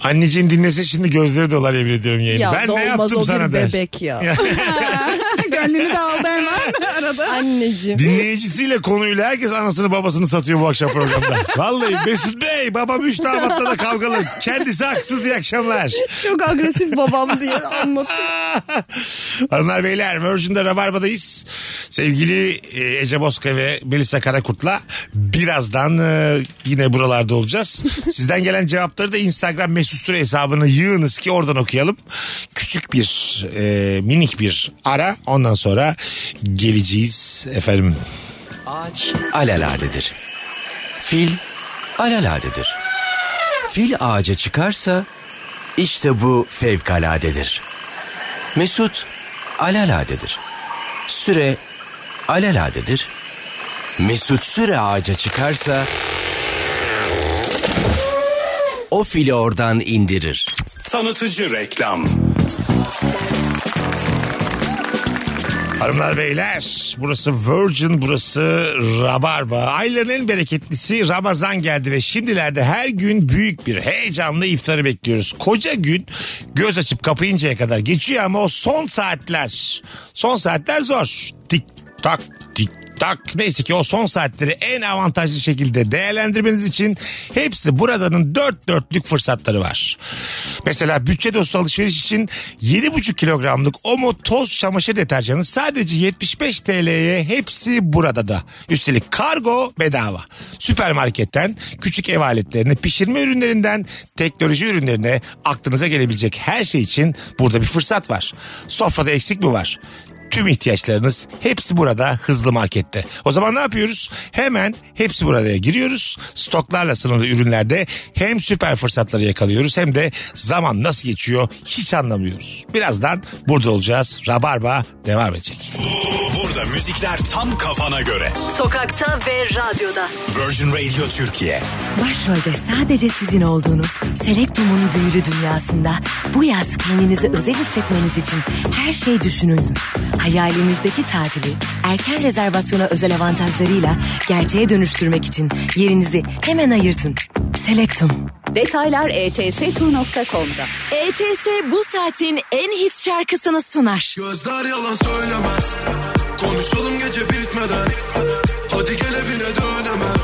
S3: anneciğin dinlese şimdi gözleri dolar yemin ediyorum yayını.
S4: Ya
S3: ben
S4: dolmaz
S3: ne yaptım
S4: o
S3: sana
S4: bir
S3: der.
S4: bebek ya.
S3: <laughs>
S5: Gönlünü de aldı
S4: <laughs>
S5: hemen.
S4: Anneciğim.
S3: Dinleyicisiyle konuyla herkes anasını babasını satıyor bu akşam programda.
S4: <laughs>
S3: Vallahi Mesut Bey babam üç damatla da kavgalı. Kendisi haksız iyi akşamlar.
S4: Çok agresif babam diye anlatıyor.
S3: <laughs> Hanımlar beyler Virgin'de Rabarba'dayız. Sevgili e, Ece Bozkaya ve Melisa Karakurt'la birazdan e, yine buralarda olacağız. Sizden gelen cevapları da Instagram mesut süre hesabına yığınız ki oradan okuyalım. Küçük bir e, minik bir ara ondan sonra geleceğiz efendim.
S11: Ağaç alaladedir. Fil alaladedir. Fil ağaca çıkarsa işte bu fevkaladedir. Mesut alaladedir. Süre alaladedir. Mesut süre ağaca çıkarsa o fili oradan indirir.
S2: Tanıtıcı reklam.
S3: Hanımlar beyler burası Virgin burası Rabarba. Ayların en bereketlisi Ramazan geldi ve şimdilerde her gün büyük bir heyecanla iftarı bekliyoruz. Koca gün göz açıp kapayıncaya kadar geçiyor ama o son saatler son saatler zor. Tik tak tik tak. Neyse ki o son saatleri en avantajlı şekilde değerlendirmeniz için hepsi buradanın dört dörtlük fırsatları var. Mesela bütçe dostu alışveriş için 7,5 kilogramlık Omo toz çamaşır deterjanı sadece 75 TL'ye hepsi burada da. Üstelik kargo bedava. Süpermarketten küçük ev aletlerine, pişirme ürünlerinden teknoloji ürünlerine aklınıza gelebilecek her şey için burada bir fırsat var. Sofrada eksik mi var? Tüm ihtiyaçlarınız hepsi burada hızlı markette. O zaman ne yapıyoruz? Hemen hepsi burada'ya giriyoruz. Stoklarla sınırlı ürünlerde hem süper fırsatları yakalıyoruz hem de zaman nasıl geçiyor hiç anlamıyoruz. Birazdan burada olacağız. Rabarba devam edecek.
S2: Burada müzikler tam kafana göre.
S12: Sokakta ve radyoda.
S2: Virgin Radio Türkiye.
S13: Başrolde sadece sizin olduğunuz Selectum'un büyülü dünyasında bu yaz kendinizi özel hissetmeniz için her şey düşünüldü. Hayalinizdeki tatili erken rezervasyona özel avantajlarıyla gerçeğe dönüştürmek için yerinizi hemen ayırtın. Selectum.
S12: Detaylar etstu.com'da.
S13: ETS E bu saatin en hit şarkısını sunar.
S10: Gözler yalan söylemez Konuşalım gece bitmeden Hadi gel evine dönemem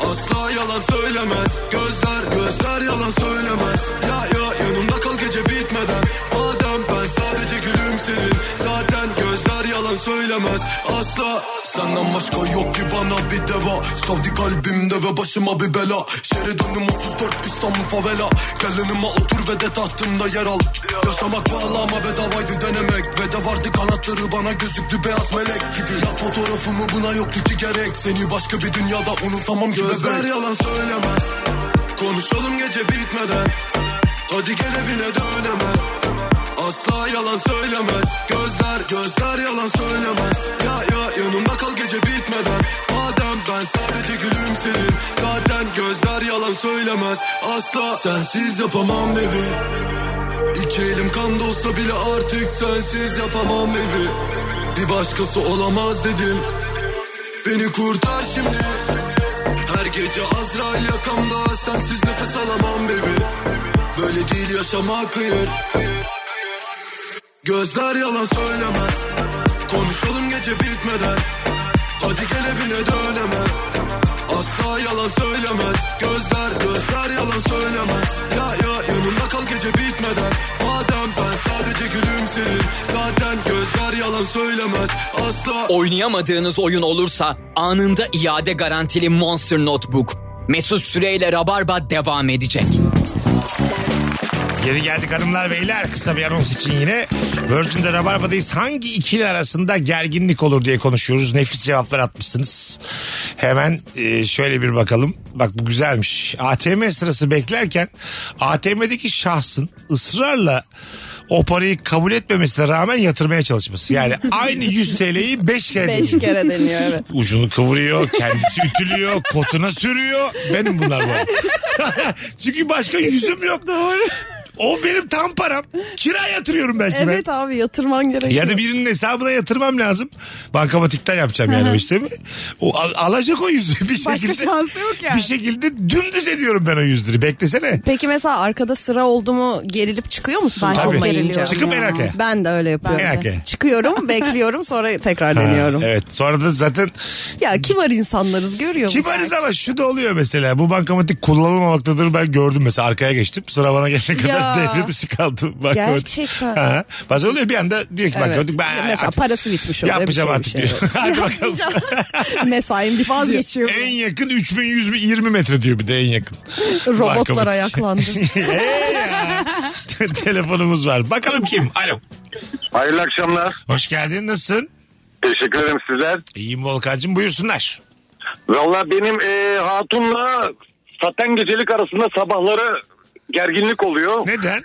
S10: Asla yalan söylemez Gözler gözler yalan söylemez Ya ya yanımda kal gece bitmeden Madem ben sadece gülüm senin Zaten gözler yalan söylemez Asla Senden başka yok ki bana bir deva Savdi kalbimde ve başıma bir bela Şehre döndüm 34 İstanbul favela Gel yanıma otur ve de tahtımda yer al Yaşamak pahalı ama bedavaydı denemek Ve de vardı kanatları bana gözüktü beyaz melek gibi Ya fotoğrafımı buna yoktu ki gerek Seni başka bir dünyada unutamam ki Gözler yalan söylemez Konuşalım gece bitmeden Hadi gel evine dön hemen Asla yalan söylemez Gözler gözler yalan söylemez Ya ya yanımda kal gece bitmeden Madem ben sadece gülüm senin Zaten gözler yalan söylemez Asla sensiz yapamam baby İki elim kanda olsa bile artık sensiz yapamam baby Bir başkası olamaz dedim Beni kurtar şimdi Her gece Azrail yakamda Sensiz nefes alamam baby Böyle değil yaşamak hayır Gözler yalan söylemez Konuşalım gece bitmeden Hadi gel evine dönemem Asla yalan söylemez Gözler gözler yalan söylemez Ya ya yanımda kal gece bitmeden Madem ben sadece gülüm senin Zaten gözler yalan söylemez Asla
S14: Oynayamadığınız oyun olursa anında iade garantili Monster Notebook. Mesut Süreyle Rabarba devam edecek.
S3: Geri geldik hanımlar beyler. Kısa bir anons için yine Virgin'de Rabarba'dayız. Hangi ikili arasında gerginlik olur diye konuşuyoruz. Nefis cevaplar atmışsınız. Hemen e, şöyle bir bakalım. Bak bu güzelmiş. ATM sırası beklerken ATM'deki şahsın ısrarla o parayı kabul etmemesine rağmen yatırmaya çalışması. Yani aynı 100 TL'yi 5 kere
S4: Beş
S3: deniyor.
S4: kere deniyor, evet.
S3: Ucunu kıvırıyor, kendisi <laughs> ütülüyor, kotuna sürüyor. Benim bunlar bu. <laughs> arada. Çünkü başka yüzüm yok. Doğru. O benim tam param. Kira yatırıyorum belki ben.
S4: <laughs> Evet abi yatırman gerekiyor.
S3: Ya da birinin hesabına yatırmam lazım. Bankamatikten yapacağım yani
S4: Hı
S3: o
S4: hı.
S3: işlemi. O al- alacak o yüzü <laughs> bir şekilde.
S4: Başka şansı yok yani.
S3: Bir şekilde dümdüz ediyorum ben o yüzleri. Beklesene.
S4: Peki mesela arkada sıra oldu mu gerilip çıkıyor musun?
S3: Ben çok
S4: Olmayınca.
S3: geriliyorum Çıkıp en ya. arkaya.
S4: Ben de öyle yapıyorum.
S3: Ben de. En arkaya. <laughs>
S4: Çıkıyorum bekliyorum sonra tekrar
S3: Ha,
S4: deniyorum.
S3: evet sonra da zaten
S4: Ya kibar insanlarız görüyor musun?
S3: kibarız ama şu da oluyor mesela bu bankamatik kullanılmamaktadır ben gördüm mesela arkaya geçtim sıra bana gelene kadar
S4: Ya.
S3: devre dışı kaldı. Bankamatik.
S4: Gerçekten.
S3: Ha, Bazen oluyor bir anda diyor ki
S4: Evet.
S3: bankamatik ben
S4: Mesela
S3: artık
S4: parası bitmiş oluyor. bir
S3: yapmayacağım
S4: şey, bir
S3: artık
S4: şey.
S3: diyor. <laughs>
S4: <laughs>
S3: Hadi bakalım.
S4: Mesaim bitti diyor.
S3: En yakın 3100 mü 20 metre diyor bir de en yakın.
S4: <laughs> Robotlar
S3: Bankamatik. <laughs>
S4: ayaklandı.
S3: Hey ya. Te- Telefonumuz var. Bakalım kim? Alo.
S8: Hayırlı akşamlar.
S3: Hoş geldin. Nasılsın?
S8: Teşekkür ederim sizler.
S3: İyiyim Volkan'cığım. Buyursunlar.
S8: Valla benim e, hatunla saten gecelik arasında sabahları gerginlik oluyor.
S3: Neden?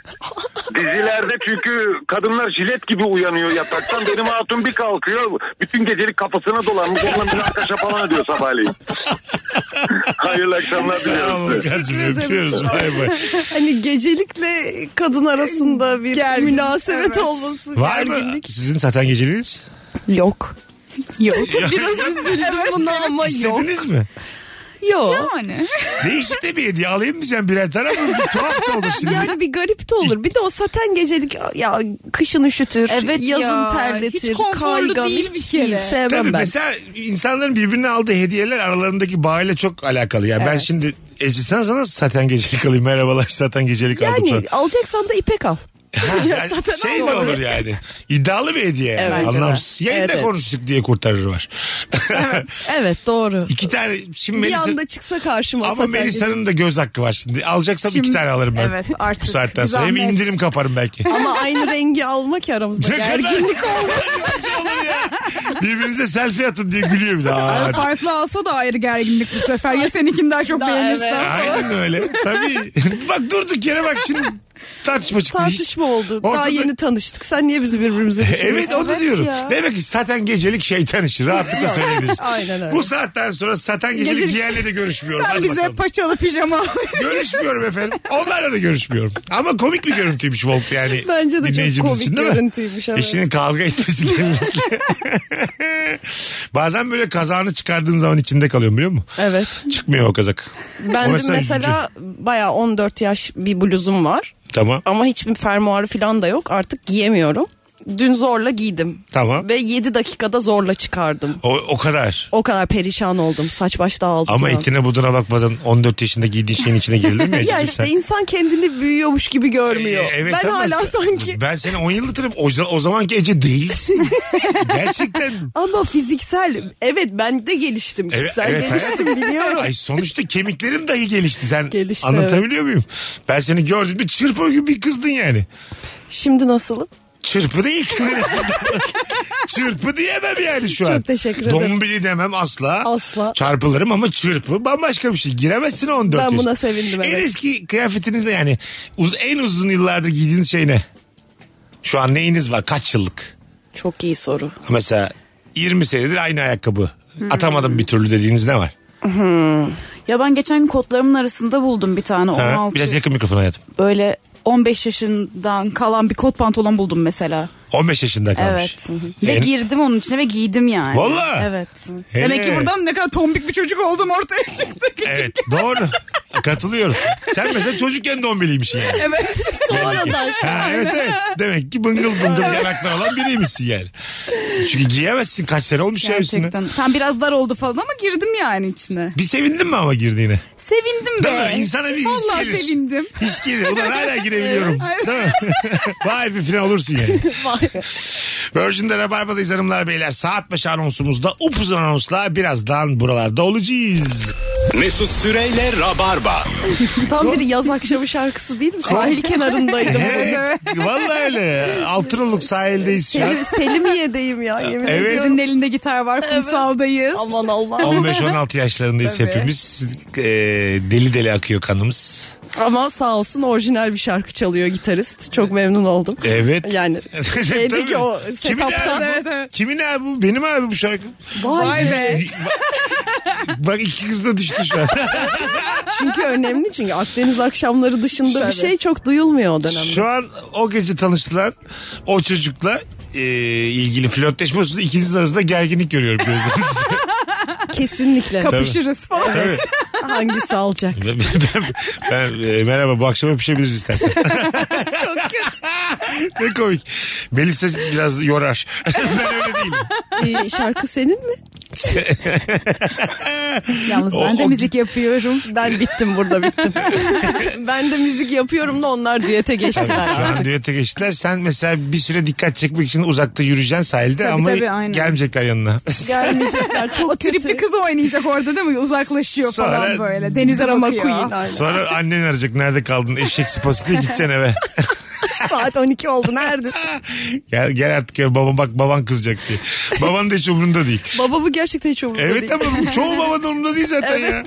S8: Dizilerde çünkü kadınlar jilet gibi uyanıyor yataktan. Benim hatun bir kalkıyor. Bütün gecelik kafasına dolanmış. Onunla münakaşa falan ediyor sabahleyin. Hayırlı akşamlar
S3: Sağ ol
S8: diliyorum size.
S3: Volkan'cığım. Öpüyoruz. Bay bay.
S4: hani gecelikle kadın arasında bir münasebet
S5: evet.
S4: olması.
S3: Var mı sizin zaten geceliğiniz?
S4: Yok. Yok. Biraz üzüldüm
S5: Evet,
S4: buna ama yok.
S3: İstediniz mi?
S4: Yok.
S5: Yani.
S3: Değişik de bir hediye alayım mı sen birer tane ama bir tuhaf da olur şimdi.
S4: Yani bir garip de olur. Bir de o saten gecelik ya kışın üşütür,
S5: Evet
S4: yazın
S5: ya,
S4: terletir,
S5: hiç konforlu
S4: kaygan
S5: değil
S4: hiç
S5: bir kere.
S4: değil. Sevmem
S3: Tabii
S4: ben.
S3: mesela insanların birbirine aldığı hediyeler aralarındaki bağıyla çok alakalı. Yani ben
S4: Evet.
S3: şimdi Ecisten sana zaten gecelik alayım. Merhabalar zaten gecelik aldım.
S4: Yani
S3: sana.
S4: alacaksan da ipek al. <laughs>
S3: Yani şey mi olur yani? İddialı bir hediye. yani.
S4: Evet. Bence de.
S3: Anlamsız. Yayında
S4: Evet, evet.
S3: konuştuk diye kurtarır var.
S4: Evet doğru.
S3: <laughs> İki tane şimdi
S4: bir
S3: Melisa,
S4: anda çıksa karşıma
S3: ama
S4: satar
S3: Melisa'nın da göz hakkı var şimdi. Alacaksam
S4: Şimdi-
S3: iki tane alırım ben.
S4: Evet, artık.
S3: Bu saatten sonra. Hem
S4: Zahmet.
S3: indirim kaparım belki.
S4: gibi. Ama aynı rengi alma ki aramızda.
S3: Ne kadar-
S4: Gerginlik
S3: <laughs>
S4: olmaz.
S3: şey Birbirinize selfie atın diye gülüyor bir de. Aa,
S5: Ay, farklı alsa da ayrı gerginlik bu sefer. Ya seninkini daha çok beğenirsen.
S3: Aynen öyle. Tabii. <laughs> Bak durduk yere bak şimdi tartışma çıktı.
S4: Tartışma oldu. Daha
S3: Ortada-
S4: yeni tanıştık. Sen niye bizi birbirimize düşürüyorsun?
S3: <laughs> Evet onu diyorum. Demek ki saten gecelik şeytan işi. Rahatlıkla
S4: Yok.
S3: söyleyebiliriz.
S4: Aynen öyle.
S3: Bu saatten sonra saten gecelik,
S5: Gecelik-
S3: diğerleriyle de görüşmüyorum.
S5: Sen
S3: Hadi
S4: <laughs>
S5: bize
S3: bakalım.
S5: paçalı pijama
S3: <laughs>
S5: al.
S3: Görüşmüyorum efendim. Onlarla da görüşmüyorum. Ama komik bir görüntüymüş Volt yani.
S4: <laughs> Bence de çok
S3: dinleyicimiz
S4: komik
S3: için, değil mi?
S4: görüntüymüş, evet.
S3: Eşinin
S4: <laughs>
S3: kavga etmesi genellikle. <laughs> Bazen böyle kazağını çıkardığın zaman içinde kalıyorum biliyor musun?
S4: Evet.
S3: Çıkmıyor o kazak.
S4: Ben
S3: O
S4: de mesela baya 14 yaş bir bluzum var.
S3: Tamam.
S4: Ama hiçbir fermuarı falan da yok. Artık giyemiyorum. Dün zorla giydim.
S3: Tamam.
S4: Ve 7 dakikada zorla çıkardım.
S3: O, o kadar.
S4: O kadar perişan oldum. Saç baş dağıldı
S3: Ama
S4: falan.
S3: etine buduna bakmadan 14 yaşında giydiğin şeyin içine girilir
S4: <laughs>
S3: mi?
S4: ya
S3: Ececiğim
S4: işte
S3: sen?
S4: insan kendini büyüyormuş gibi görmüyor.
S3: Ee, evet
S4: ben
S3: ama
S4: hala
S3: sen-
S4: sanki
S3: Ben seni 10 yıldır tanıyorum. O, o zamanki
S4: <laughs>
S3: Ece değilsin. Gerçekten. E,
S4: ama fiziksel evet ben de geliştim
S3: Evet,
S4: kişisel
S3: evet,
S4: geliştim
S3: hayatım.
S4: biliyorum.
S3: Ay sonuçta kemiklerin dahi gelişti. Sen
S4: Gelişti,
S3: anlatabiliyor muyum? Ben seni gördüm bir çırpı gibi bir kızdın yani.
S4: Şimdi nasılım?
S3: Çırpı değilsin. en azından. çırpı diyemem yani şu an.
S4: Çok teşekkür ederim.
S3: Dombili demem asla.
S4: Asla.
S3: Çarpılırım ama çırpı bambaşka bir şey. Giremezsin 14
S4: Ben buna
S3: yaşına.
S4: sevindim, evet.
S3: En eski kıyafetinizde yani uz- en uzun yıllardır giydiğiniz şey ne? Şu an neyiniz var? Kaç yıllık?
S4: Çok iyi soru.
S3: Mesela 20 senedir aynı ayakkabı.
S4: Hmm.
S3: Atamadım bir türlü dediğiniz ne var?
S5: Hmm. Ya ben geçen gün kotlarımın arasında buldum bir tane
S3: Ha?
S5: 16.
S3: Biraz yakın mikrofon hayatım.
S5: Böyle 15 yaşından kalan bir kot pantolon buldum mesela.
S3: 15 yaşında kalmış.
S5: Evet. Ve
S3: Yani-
S5: girdim onun içine ve giydim yani.
S3: Valla?
S5: Evet.
S3: Hele.
S5: Demek ki buradan ne kadar tombik bir çocuk oldum ortaya çıktı.
S3: Evet doğru. Katılıyorum. Sen mesela çocukken dombeliymişsin yani.
S5: Evet.
S3: Sonradan. Ha, evet evet. Demek ki bıngıl bıngıl yanaklar olan biriymişsin yani. Çünkü giyemezsin kaç sene olmuş ya üstüne.
S5: Gerçekten. Tam biraz dar oldu falan ama girdim yani içine.
S3: Bir sevindin mi ama girdiğine?
S5: Sevindim
S3: Değil
S5: be.
S3: mi? İnsana bir his
S5: Vallahi
S3: gelir.
S5: sevindim.
S3: His gelir. Ulan hala girebiliyorum. Değil mi? <laughs> Vay bir falan olursun yani. Virgin'de Rabarba'dayız hanımlar beyler. Saat başı anonsumuzda upuzun anonsla birazdan buralarda olacağız.
S2: Mesut Süreyle Rabarba.
S4: Tam bir yaz akşamı şarkısı değil mi? Sahil
S5: <laughs>
S4: kenarındaydım.
S3: Evet, Vallahi öyle. Altınoluk sahildeyiz şu an.
S4: Selim, Şey, Selimiye'deyim ya yemin
S3: Evet.
S4: ediyorum.
S5: elinde gitar var kumsaldayız.
S4: Aman Allah.
S3: 15-16 yaşlarındayız
S4: Tabii.
S3: hepimiz. Ee, deli deli akıyor kanımız.
S4: Ama sağ olsun orijinal bir şarkı çalıyor gitarist. Çok memnun oldum.
S3: Evet.
S4: Yani
S3: <laughs> Tabii.
S4: şeydeki o
S3: Kimin abi
S4: setup'tan.
S3: bu? Kimin abi bu? Benim abi bu şarkı.
S4: Vay Vay be. be.
S3: Bak iki kız da düştü
S4: <laughs>
S3: şu an.
S4: Çünkü önemli çünkü Akdeniz akşamları dışında bir şey çok duyulmuyor o dönemde.
S3: Şu an o gece tanıştılan o çocukla e, ilgili flörtleşme hususunda ikinizin arasında gerginlik
S4: <laughs>
S3: görüyorum gözlerinizde.
S4: Kesinlikle.
S3: Kapışırız
S4: falan.
S3: Tabii.
S4: Hangisi alacak?
S3: ben, ben- ben- e, merhaba bu akşam öpüşebiliriz istersen.
S4: <laughs> Çok kötü.
S3: ne komik. Melisa biraz yorar. <laughs> ben öyle değilim.
S4: Ee, şarkı senin mi?
S5: Yalnız
S3: O-
S5: ben de
S3: o-
S5: müzik
S3: <laughs>
S5: yapıyorum.
S4: <laughs> Ben bittim burada bittim. ben de müzik yapıyorum da onlar düete geçtiler
S3: Şu an
S4: artık.
S3: düete geçtiler. Sen mesela bir süre dikkat çekmek için uzakta yürüyeceksin sahilde
S5: Tabii,
S3: ama
S5: tabii, aynen.
S3: gelmeyecekler yanına.
S5: Gelmeyecekler çok O tripli kız oynayacak orada değil mi? Uzaklaşıyor
S3: Sonra-
S5: falan böyle. Denize
S4: Drama
S5: bakıyor.
S4: queen, aynen.
S3: Sonra annen arayacak nerede kaldın eşek sıpası diye gideceksin eve.
S4: Saat 12 oldu neredesin?
S3: Gel, gel artık ya baba bak baban kızacak diye. Baban da hiç umurunda değil.
S4: Baba bu gerçekten hiç umurumda
S3: Evet
S4: değil.
S3: ama bu çoğu babanın umurunda değil zaten ya.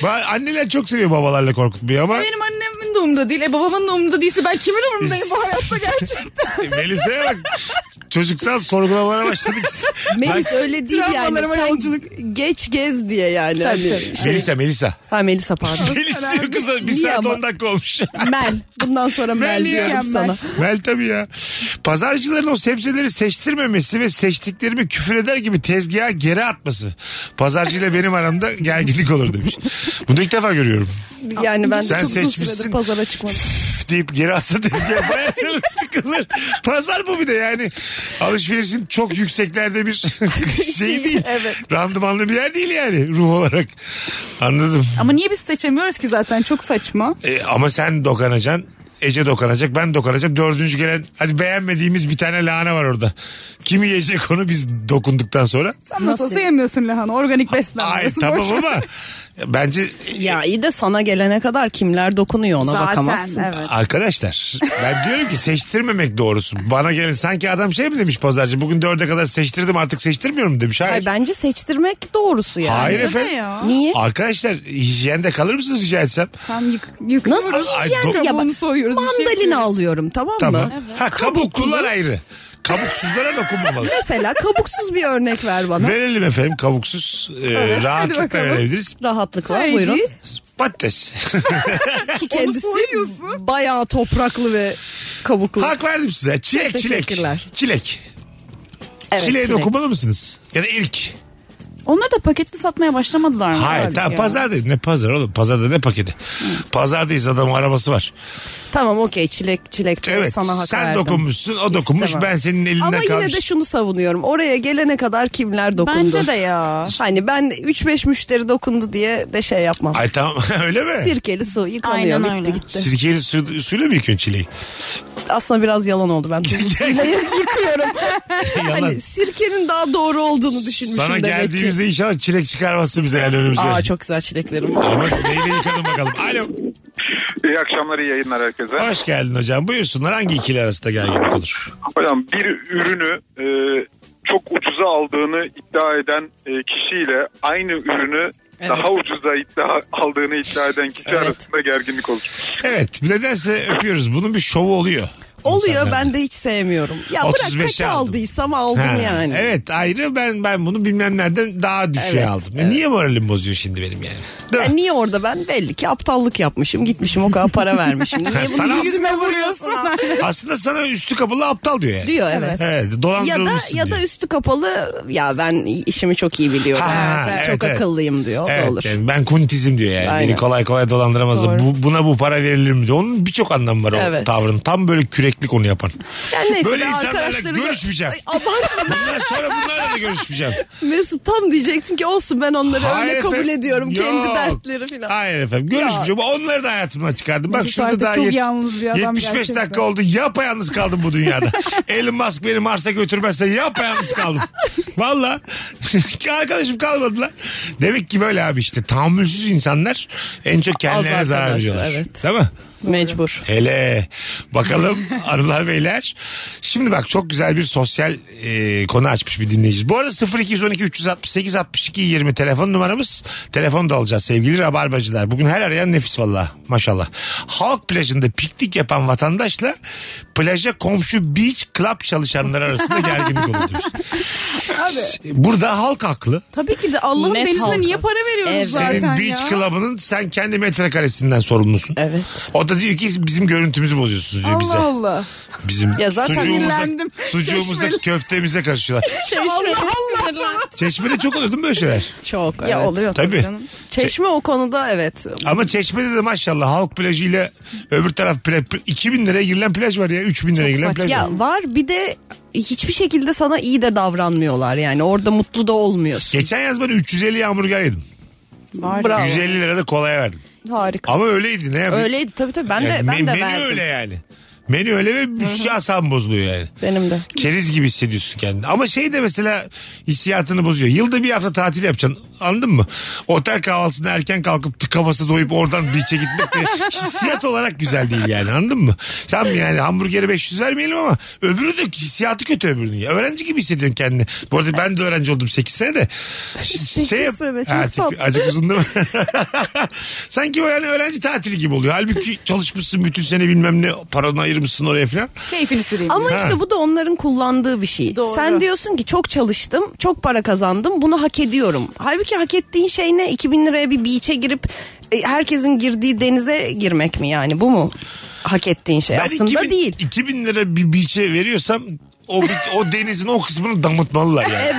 S3: Ba- Anneler çok seviyor babalarla korkutmayı ama
S5: Benim annemin de umurunda değil. E babamın da umurunda değilse ben kimin umurundayım bu hayatta gerçekten?
S3: E, Melisa'ya bak çocuksal sorgulamalara başladık.
S4: Melis
S3: Ben-
S4: öyle değil yani.
S5: Travmalarıma
S4: Sen
S5: yolculuk.
S4: geç gez diye yani.
S5: Tabii,
S4: Hani
S5: tabii.
S4: şey-
S3: Melisa Melisa.
S4: Ha Melisa pardon.
S3: Melis diyor kıza bir
S4: Niye
S3: saat
S4: ama?
S3: 10 dakika olmuş.
S4: <laughs> Mel. Bundan sonra Mel,
S3: Mel ya.
S4: diyorum sana.
S3: Mel tabii ya. Pazarcıların o sebzeleri seçtirmemesi ve seçtiklerimi küfür eder gibi tezgaha geri atması. Pazarcıyla benim aramda gerginlik olur demiş. Bunu ilk defa görüyorum.
S4: Yani ben de
S3: Sen
S4: çok uzun
S3: seçmişsin.
S4: süredir pazara çıkmadım.
S3: Üf deyip geri atsa tezgaha bayağı canım sıkılır. Pazar bu bir de yani. Alışverişin çok yükseklerde bir <laughs> şey değil.
S5: Evet.
S3: Randımanlı bir yer değil yani ruh olarak. Anladım.
S5: Ama niye biz seçemiyoruz ki zaten çok saçma.
S3: E, ama sen dokanacaksın. Ece dokanacak ben dokanacağım. Dördüncü gelen hadi beğenmediğimiz bir tane lahana var orada. Kimi yiyecek onu biz dokunduktan sonra.
S5: Sen nasıl olsa yemiyorsun lahana. Organik
S3: Ay
S5: beslenmiyorsun.
S3: tamam ama bence
S4: Ya iyi de sana gelene kadar kimler dokunuyor ona
S5: Zaten,
S4: bakamazsın.
S5: evet.
S3: Arkadaşlar ben diyorum ki seçtirmemek doğrusu. Bana gelin sanki adam şey mi demiş pazarcı bugün dörde kadar seçtirdim artık seçtirmiyorum demiş. Hayır.
S4: Ay, bence seçtirmek doğrusu yani.
S3: Hayır efendim.
S4: Niye?
S3: Arkadaşlar hijyende kalır mısınız rica etsem?
S5: Tam yık, yıkıyoruz.
S4: Nasıl
S3: Ay,
S4: hijyen
S3: do-
S4: kabuğunu
S3: Ya
S5: bak,
S4: soyuyoruz.
S5: bir şey
S4: Mandalina
S5: yapıyoruz.
S4: alıyorum tamam,
S3: Tamam.
S4: mı?
S3: Ha kabuklular ayrı.
S4: <laughs>
S3: Kabuksuzlara dokunmamalısın.
S4: Mesela kabuksuz bir örnek ver bana.
S3: Verelim efendim kabuksuz. Ee,
S4: Evet, hadi
S3: rahatlıkla
S4: bakalım.
S3: verebiliriz.
S4: Rahatlıkla
S5: Haydi.
S4: buyurun.
S3: Patates.
S4: Ki kendisi bayağı topraklı ve kabuklu.
S3: Hak verdim size. Çilek
S4: Çok
S3: çilek.
S4: teşekkürler.
S3: Çilek.
S4: Evet,
S3: Çileğe
S4: çilek.
S3: dokunmalı mısınız? Ya da ilk.
S5: Onlar da paketli satmaya başlamadılar mı?
S3: Hayır
S5: Artık
S3: tamam
S5: ya.
S3: pazardayız. Ne pazar oğlum? Pazarda ne paketi? Pazardayız adamın arabası var.
S4: Tamam okey çilek çilek
S3: Evet,
S4: sana hak
S3: sen
S4: verdim.
S3: dokunmuşsun, o dokunmuş, ben senin elinden
S4: Ama yine
S3: kalmış.
S4: de şunu savunuyorum. Oraya gelene kadar kimler dokundu?
S5: Bence de ya.
S4: Hani ben 3-5 müşteri dokundu diye de şey yapmam.
S3: Ay tamam <laughs> öyle mi?
S4: Sirkeli su yıkanıyor
S5: Aynen
S4: bitti
S5: öyle.
S4: gitti.
S3: Sirkeli su, suyla mı
S4: <laughs>
S3: yıkıyorsun çileği?
S4: Aslında biraz yalan oldu ben. Sirkeyle yıkıyorum.
S3: <laughs> Yalan.
S4: hani sirkenin daha doğru olduğunu düşünmüşüm
S3: Sana
S4: demek ki.
S3: geldiğimizde inşallah çilek çıkarmazsın bize yani önümüze.
S4: Aa çok güzel çileklerim. var.
S3: Ama neyle yıkadın bakalım. Alo.
S8: İyi akşamlar, iyi yayınlar herkese.
S3: Hoş geldin hocam. Buyursunlar hangi ikili arasında gerginlik olur?
S8: Hocam bir ürünü e, çok ucuza aldığını iddia eden e, kişiyle aynı ürünü
S4: Evet.
S8: daha ucuza iddia, aldığını iddia eden kişi
S4: Evet.
S8: arasında gerginlik olur.
S3: Evet nedense öpüyoruz. Bunun bir şovu oluyor.
S4: Oluyor
S3: İnsanlarda.
S4: ben de hiç sevmiyorum. Ya bırak
S3: 35'e
S4: kaç
S3: aldım.
S4: aldıysam aldım
S3: Ha,
S4: yani.
S3: Evet ayrı ben ben bunu bilmem nereden daha düşüğe
S4: Evet,
S3: aldım. Ya Niye moralim bozuyor şimdi benim yani? Değil mi?
S4: Ben niye orada ben belli ki aptallık yapmışım gitmişim o kadar para
S3: <laughs>
S4: vermişim. Niye bunu
S3: Sana-
S4: yüzüme vuruyorsun?
S3: Aslında sana üstü kapalı aptal diyor yani.
S4: diyor evet.
S3: Evet
S4: Ya da
S3: dolandırılmışsın
S4: ya da
S3: diyor.
S4: üstü kapalı ya ben işimi çok iyi biliyorum.
S3: Ha,
S4: Evet,
S3: evet,
S4: çok
S3: evet.
S4: akıllıyım diyor. O da
S3: Evet,
S4: olur.
S3: yani ben kuntizim diyor yani.
S4: Aynen.
S3: Beni kolay kolay dolandıramazlar.
S4: Doğru.
S3: Bu, buna bu para verilir mi diyor. Onun birçok anlamı var o
S4: Evet.
S3: tavrın. Tam böyle küreklik onu yapan.
S4: Yani neyse
S3: Böyle
S4: ben
S3: insanlarla
S4: arkadaşları-
S3: görüşmeyeceğim.
S4: Ay, abartma. <laughs>
S3: Bundan sonra bunlarla da görüşmeyeceğim.
S4: Mesut tam diyecektim ki olsun ben onları
S3: Hayır
S4: öyle kabul
S3: efendim.
S4: ediyorum.
S3: Yok.
S4: Kendi dertleri falan.
S3: Hayır efendim görüşmeyeceğim. Onları da hayatımdan çıkardım. Bak
S5: Mesut
S3: şurada
S5: artık
S3: daha
S5: çok
S3: yet-
S5: yalnız bir adam
S3: 75
S5: gerçekten.
S3: dakika oldu. Yapayalnız kaldım
S5: <laughs>
S3: bu dünyada. Elon Musk beni Mars'a götürmezse yapayalnız kaldım. Valla. <laughs> Arkadaşım kalmadı lan. Demek ki böyle abi işte tahammülsüz insanlar en çok kendilerine
S4: Az
S3: zarar
S4: arkadaşlar,
S3: veriyorlar.
S4: evet.
S3: Değil mi?
S4: Mecbur.
S3: Hele bakalım hanımlar beyler. Şimdi bak çok güzel bir sosyal e, konu açmış bir dinleyici. Bu arada 0212 368 62 20 telefon numaramız. Telefon da alacağız sevgili rabarbacılar. Bugün her arayan nefis valla maşallah. Halk plajında piknik yapan vatandaşla plaja komşu beach club çalışanlar arasında gerginlik olur demiş.
S5: Abi.
S3: Burada halk haklı.
S5: Tabii ki de Allah'ın
S4: Net
S5: denizine
S4: halka.
S5: niye para veriyoruz
S4: Evet.
S5: zaten
S3: Senin
S5: ya?
S3: beach club'ının sen kendi metrekaresinden sorumlusun.
S4: Evet.
S3: O da diyor ki bizim görüntümüzü bozuyorsunuz diyor
S5: Allah
S3: bize.
S5: Allah.
S3: Bizim
S4: Ya zaten
S3: sucuğumuza,
S5: sinirlendim.
S3: sucuğumuza
S5: Çeşmeli.
S3: köftemize karışıyorlar. Çeşmede çok oluyor değil mi böyle şeyler?
S4: Çok evet.
S5: Ya oluyor tabii,
S3: Tabii.
S5: canım.
S4: Çeşme o konuda evet.
S3: Ama Çeşme'de de maşallah halk plajıyla öbür taraf plaj. 2000 liraya girilen plaj var ya 3000 liraya girilen plaj var.
S4: Ya var bir de hiçbir şekilde sana iyi de davranmıyorlar yani orada mutlu da olmuyorsun.
S3: Geçen yaz ben 350 hamburger yedim.
S5: Var
S4: Bravo.
S3: 150 lira da kolaya verdim.
S4: Harika.
S3: Ama öyleydi ne yapayım?
S4: Öyleydi tabii tabii ben de
S3: Yani
S4: ben
S3: me-
S4: de
S3: menü
S4: verdim.
S3: öyle yani. Menü öyle ve müthiş asabım bozuluyor yani.
S4: Benim de.
S3: Keriz gibi hissediyorsun kendini. Ama şey de mesela hissiyatını bozuyor. Yılda bir hafta tatil yapacaksın. Anladın mı? Otel kahvaltısında erken kalkıp tıkaması doyup oradan beach'e gitmek de
S4: <laughs>
S3: hissiyat olarak güzel değil yani. Anladın mı? Sen yani hamburgere 500 vermeyelim ama öbürü de hissiyatı kötü öbürünün. ya. Öğrenci gibi hissediyorsun kendini. Bu arada ben de öğrenci oldum 8 sene de. şey yap-
S4: sene, çok
S3: Ha,
S4: tatlı.
S3: Acık uzun değil mi? <laughs> Sanki o yani öğrenci tatili gibi oluyor. Halbuki çalışmışsın bütün sene bilmem ne paranı ayırmışsın oraya falan.
S5: Keyfini süreyim.
S4: Ama
S3: Ha.
S4: işte bu da onların kullandığı bir şey.
S5: Doğru.
S4: Sen diyorsun ki çok çalıştım, çok para kazandım, bunu hak ediyorum. Halbuki hak ettiğin şey ne? 2000 liraya bir beach'e girip e, herkesin girdiği denize girmek mi yani? Bu mu hak ettiğin şey?
S3: Ben
S4: Aslında
S3: 2000,
S4: değil.
S3: 2000 lira bir beach'e veriyorsam o, bi- o denizin o kısmını damıtmalılar yani. evet.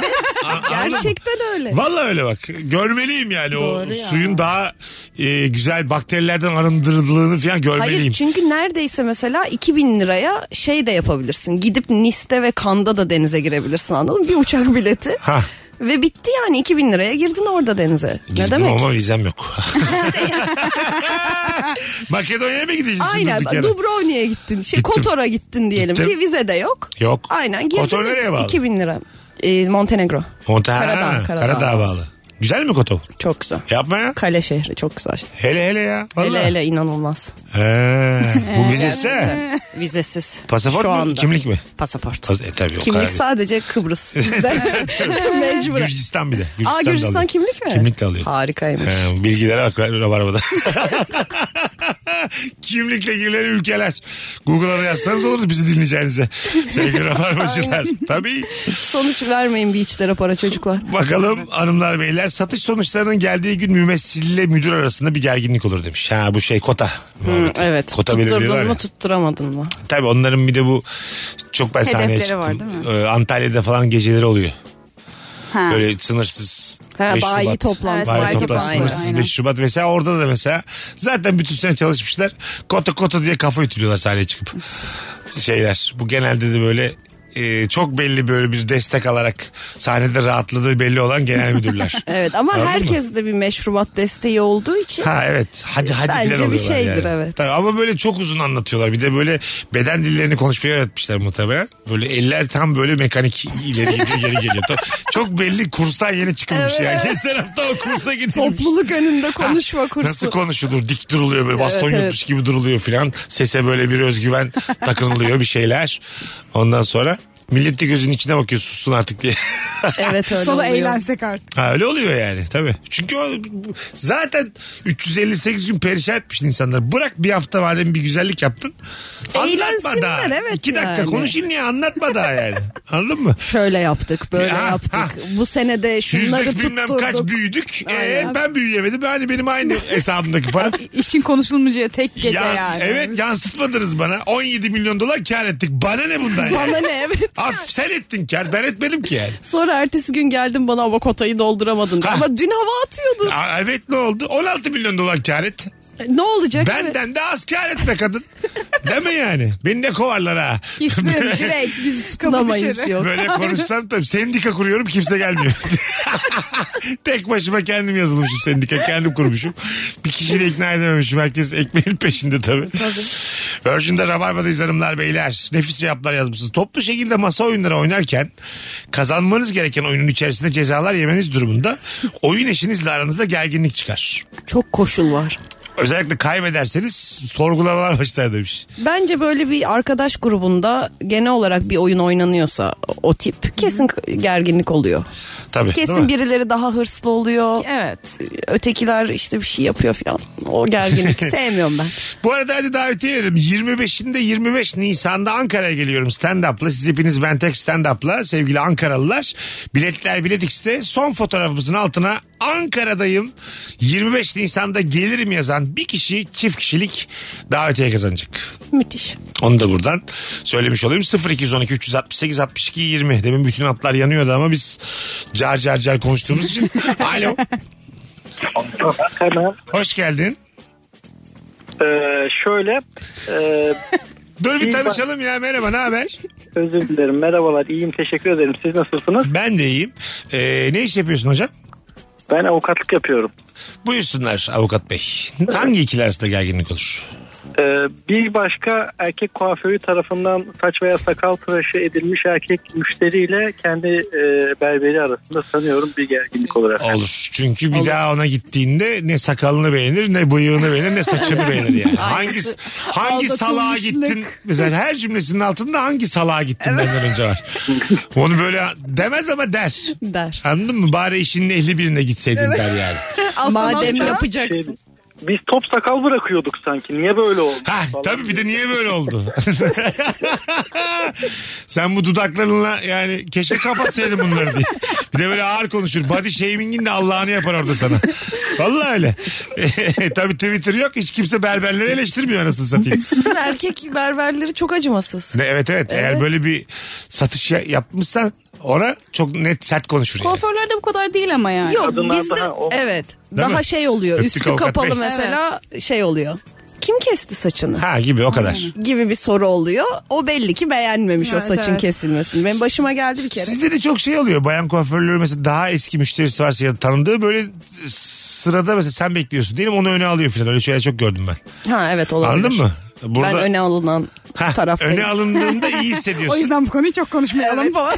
S4: Gerçekten öyle.
S3: Valla öyle bak. Görmeliyim yani o suyun daha e, güzel bakterilerden arındırıldığını falan görmeliyim.
S4: Hayır çünkü neredeyse mesela 2000 liraya şey de yapabilirsin. Gidip Nice'te ve Kanda da denize girebilirsin anladın mı? Bir uçak bileti.
S3: Ha.
S4: Ve bitti yani 2000 liraya girdin orada denize.
S3: Girdim
S4: ne demek?
S3: ama
S4: <laughs>
S3: vizem yok. <laughs> Makedonya'ya mı gideceğiz
S4: Aynen
S3: şimdi dükkana?
S4: Dubrovnik'e gittin. Şey,
S3: Gittim.
S4: Kotor'a gittin diyelim
S3: Gittim.
S4: ki vize de yok.
S3: Yok.
S4: Aynen girdin.
S3: Kotor nereye bağlı?
S4: 2000 lira. Ee, Montenegro.
S3: Monta
S4: Karadağ,
S3: Karadağ,
S4: Karadağ.
S3: bağlı. Güzel mi Kotov?
S4: Çok güzel.
S3: Yapma ya.
S4: Kale şehri çok güzel.
S3: Hele hele ya. Vallahi.
S4: Hele hele inanılmaz.
S3: He, bu vizesi.
S4: Gerçekten. Vizesiz.
S3: Pasaport
S4: Şu
S3: mu?
S4: anda.
S3: Kimlik mi?
S4: Pasaport.
S3: E, tabii o
S4: Kimlik
S3: kadar.
S4: sadece Kıbrıs
S3: <laughs>
S4: bizde. <laughs> Mecbur.
S3: Gürcistan bir de.
S4: Aa
S3: da
S4: Gürcistan
S3: alıyor.
S4: kimlik mi?
S3: Kimlikle alıyor.
S4: Harikaymış.
S3: Ee, bilgilere
S4: <laughs>
S3: bak Rabarba'da. Kimlikle girilen ülkeler. Google'a da yazsanız olur bizi dinleyeceğinize.
S4: <laughs>
S3: Sevgili Rabarbacılar. Tabii.
S4: Sonuç vermeyin beachlere para çocuklar.
S3: Bakalım hanımlar beyler satış sonuçlarının geldiği gün mümessille müdür arasında bir gerginlik olur demiş. Ha bu şey kota.
S4: Hı, Hmm, evet.
S3: Kota belirliyorlar
S4: Tutturdun
S3: ya.
S4: mu tutturamadın mı?
S3: Tabii onların bir de bu çok ben sahneye
S4: Hedefleri
S3: çıktım.
S4: var,
S3: Ee, Antalya'da falan geceleri oluyor.
S4: Ha.
S3: Böyle sınırsız.
S4: Ha,
S3: 5
S4: bayi
S3: Şubat.
S4: toplantısı.
S3: Bayi
S4: Bayi
S3: toplantısı
S4: toplantısı,
S3: sınırsız
S4: aynen.
S3: 5 Şubat mesela orada da mesela zaten bütün sene çalışmışlar. Kota kota diye kafa ütülüyorlar sahneye çıkıp. Şeyler bu genelde de böyle e, çok belli böyle bir destek alarak sahnede rahatladığı belli olan genel müdürler.
S4: <laughs> Evet ama
S3: Anladın mı?
S4: herkes de bir meşrubat desteği olduğu için.
S3: Ha evet. Hadi hadi
S4: Bence
S3: filan
S4: bir
S3: oluyorlar
S4: şeydir,
S3: yani.
S4: evet.
S3: Tabii, ama böyle çok uzun anlatıyorlar. Bir de böyle beden dillerini konuşmayı öğretmişler muhtemelen. Böyle eller tam böyle mekanik ileri gidiyor geri geliyor.
S4: <laughs>
S3: To- çok belli kurstan yeni çıkılmış
S4: Evet,
S3: yani.
S4: evet.
S3: Geçen hafta o kursa gidilmiş.
S4: Topluluk önünde konuşma kursu.
S3: Nasıl konuşulur? Dik duruluyor böyle baston
S4: Evet, evet.
S3: yutmuş gibi duruluyor filan. Sese böyle
S4: <laughs>
S3: bir özgüven takınılıyor bir şeyler. Ondan sonra millet de gözünün içine bakıyor sussun artık diye. <laughs>
S4: Evet öyle
S5: Solo
S4: oluyor.
S5: eğlensek artık.
S3: Ha, öyle oluyor yani tabii. Çünkü o zaten 358 gün perişan etmiş insanlar. Bırak bir hafta madem bir güzellik yaptın. Anlatma
S4: Eğlensinler,
S3: daha.
S4: evet
S3: İki dakika
S4: yani.
S3: konuşayım ya anlatma daha yani. Anladın mı?
S4: Şöyle yaptık, böyle
S3: Ha,
S4: yaptık.
S3: ha.
S4: Bu sene de şunları
S3: Yüzde
S4: tutturduk.
S3: bilmem kaç büyüdük. Ee,
S4: Aynen.
S3: ben büyüyemedim. Hani benim aynı
S4: <laughs>
S3: hesabımdaki para.
S5: İşin konuşulmayacağı tek gece
S3: Ya-
S5: yani.
S3: Evet yansıtmadınız bana. 17 milyon dolar kar ettik. Bana ne bundan yani?
S4: Bana ne <laughs> evet.
S3: Af, sen ettin kar. Ben etmedim ki yani.
S4: Sonra ertesi gün geldim bana ama kotayı dolduramadın. dedi. Ama dün hava atıyordun.
S3: Aa, evet ne oldu? 16 milyon dolar kar et.
S4: Ne olacak? evet.
S3: Benden de az kar etme kadın. Deme yani. Beni de kovarlar ha. <laughs>
S5: Kesin direkt bizi
S4: Tutunamayız
S5: tutamayız.
S4: yok.
S3: Böyle konuşsam tabii sendika kuruyorum kimse gelmiyor. <laughs> Tek başıma kendim yazılmışım sendika kendim kurmuşum. Bir kişiyi de ikna edememişim herkes ekmeğin peşinde tabii. Tabii. Virgin'de Rabarba'dayız hanımlar beyler. Nefis cevaplar yazmışsınız. Toplu şekilde masa oyunları oynarken kazanmanız gereken oyunun içerisinde cezalar yemeniz durumunda oyun eşinizle aranızda gerginlik çıkar.
S4: Çok koşul var.
S3: Özellikle kaybederseniz sorgulamalar başlar demiş.
S4: Bence böyle bir arkadaş grubunda genel olarak bir oyun oynanıyorsa o tip kesin gerginlik oluyor.
S3: Tabii. değil mi?
S4: Kesin birileri daha hırslı oluyor.
S5: Evet.
S4: Ötekiler işte bir şey yapıyor falan. O
S3: <laughs>
S4: gerginlik sevmiyorum ben.
S3: Bu arada hadi davetiye verelim. 25'inde 25 Nisan'da Ankara'ya geliyorum stand-up'la. Siz hepiniz ben tek stand-up'la sevgili Ankaralılar. Biletler Bilet X'te son fotoğrafımızın altına Ankara'dayım 25 Nisan'da gelirim yazan bir kişi çift kişilik davetiye kazanacak.
S4: Müthiş.
S3: Onu da buradan söylemiş olayım. 0212 368 62 20. Demin bütün hatlar yanıyordu ama biz car car car
S15: <laughs>
S3: konuştuğumuz için. Alo. Hoş geldin.
S15: Ee, şöyle. e,
S3: Dur bir
S15: İyi bak-
S3: tanışalım ya. Merhaba ne haber?
S15: özür dilerim. Merhabalar. iyiyim Teşekkür ederim. Siz nasılsınız?
S3: Ben de iyiyim. Ee, ne iş yapıyorsun hocam?
S15: Ben avukatlık yapıyorum.
S3: Buyursunlar avukat bey. Hangi ikili arasında gerginlik olur?
S15: Ee, bir başka erkek kuaförü tarafından saç veya sakal tıraşı edilmiş erkek müşteriyle kendi e, berberi arasında sanıyorum bir gerginlik olarak.
S3: Olur. Çünkü bir daha ona gittiğinde ne sakalını beğenir ne bıyığını beğenir ne <laughs> saçını beğenir yani. hangi
S4: Aynısı.
S3: hangi salağa
S4: Aldatılmışlık.
S3: gittin? Mesela her cümlesinin altında hangi salağa gittin benden önce var. Onu böyle demez ama der.
S4: <laughs> Der.
S3: Anladın mı? Bari işinin ehli birine gitseydin der yani.
S4: Madem yapacaksın.
S15: Biz top sakal bırakıyorduk sanki. Niye böyle oldu?
S3: Ha, tabii bir de niye böyle oldu? Sen bu dudaklarınla yani keşke kapatsaydın bunları diye. Bir de böyle ağır konuşur. Body shaming'in de Allah'ını yapar orada sana. Vallahi öyle. <laughs> tabii Twitter yok. Hiç kimse berberleri eleştirmiyor anasını satayım.
S4: Sizin erkek berberleri çok acımasız.
S3: Ne, evet, evet Eğer
S4: Evet.
S3: böyle bir satış ya- yapmışsan ona çok net sert konuşur yani.
S5: Kuaförlerde bu kadar değil ama yani.
S4: Yok bizde evet
S3: Değil
S4: daha
S3: mi?
S4: şey oluyor.
S3: Öptük
S4: Üstü
S3: avukat
S4: kapalı
S3: bey.
S4: mesela şey oluyor. Kim kesti saçını?
S3: Ha gibi o kadar.
S4: Gibi bir soru oluyor. O belli ki beğenmemiş
S3: Evet,
S4: o saçın
S3: evet.
S4: kesilmesini. Benim başıma geldi bir
S3: <laughs>
S4: kere.
S3: Sizde de çok şey oluyor. Bayan kuaförleri mesela daha eski müşterisi varsa ya da tanıdığı böyle sırada mesela sen bekliyorsun diyelim onu öne alıyor falan. Öyle şeyler çok gördüm ben.
S4: Ha evet olabilir.
S3: Anladın mı?
S4: Ben öne alınan taraftayım.
S3: öne alındığında iyi
S4: <laughs>
S3: hissediyorsun.
S4: O yüzden bu konuyu çok konuşmayalım falan.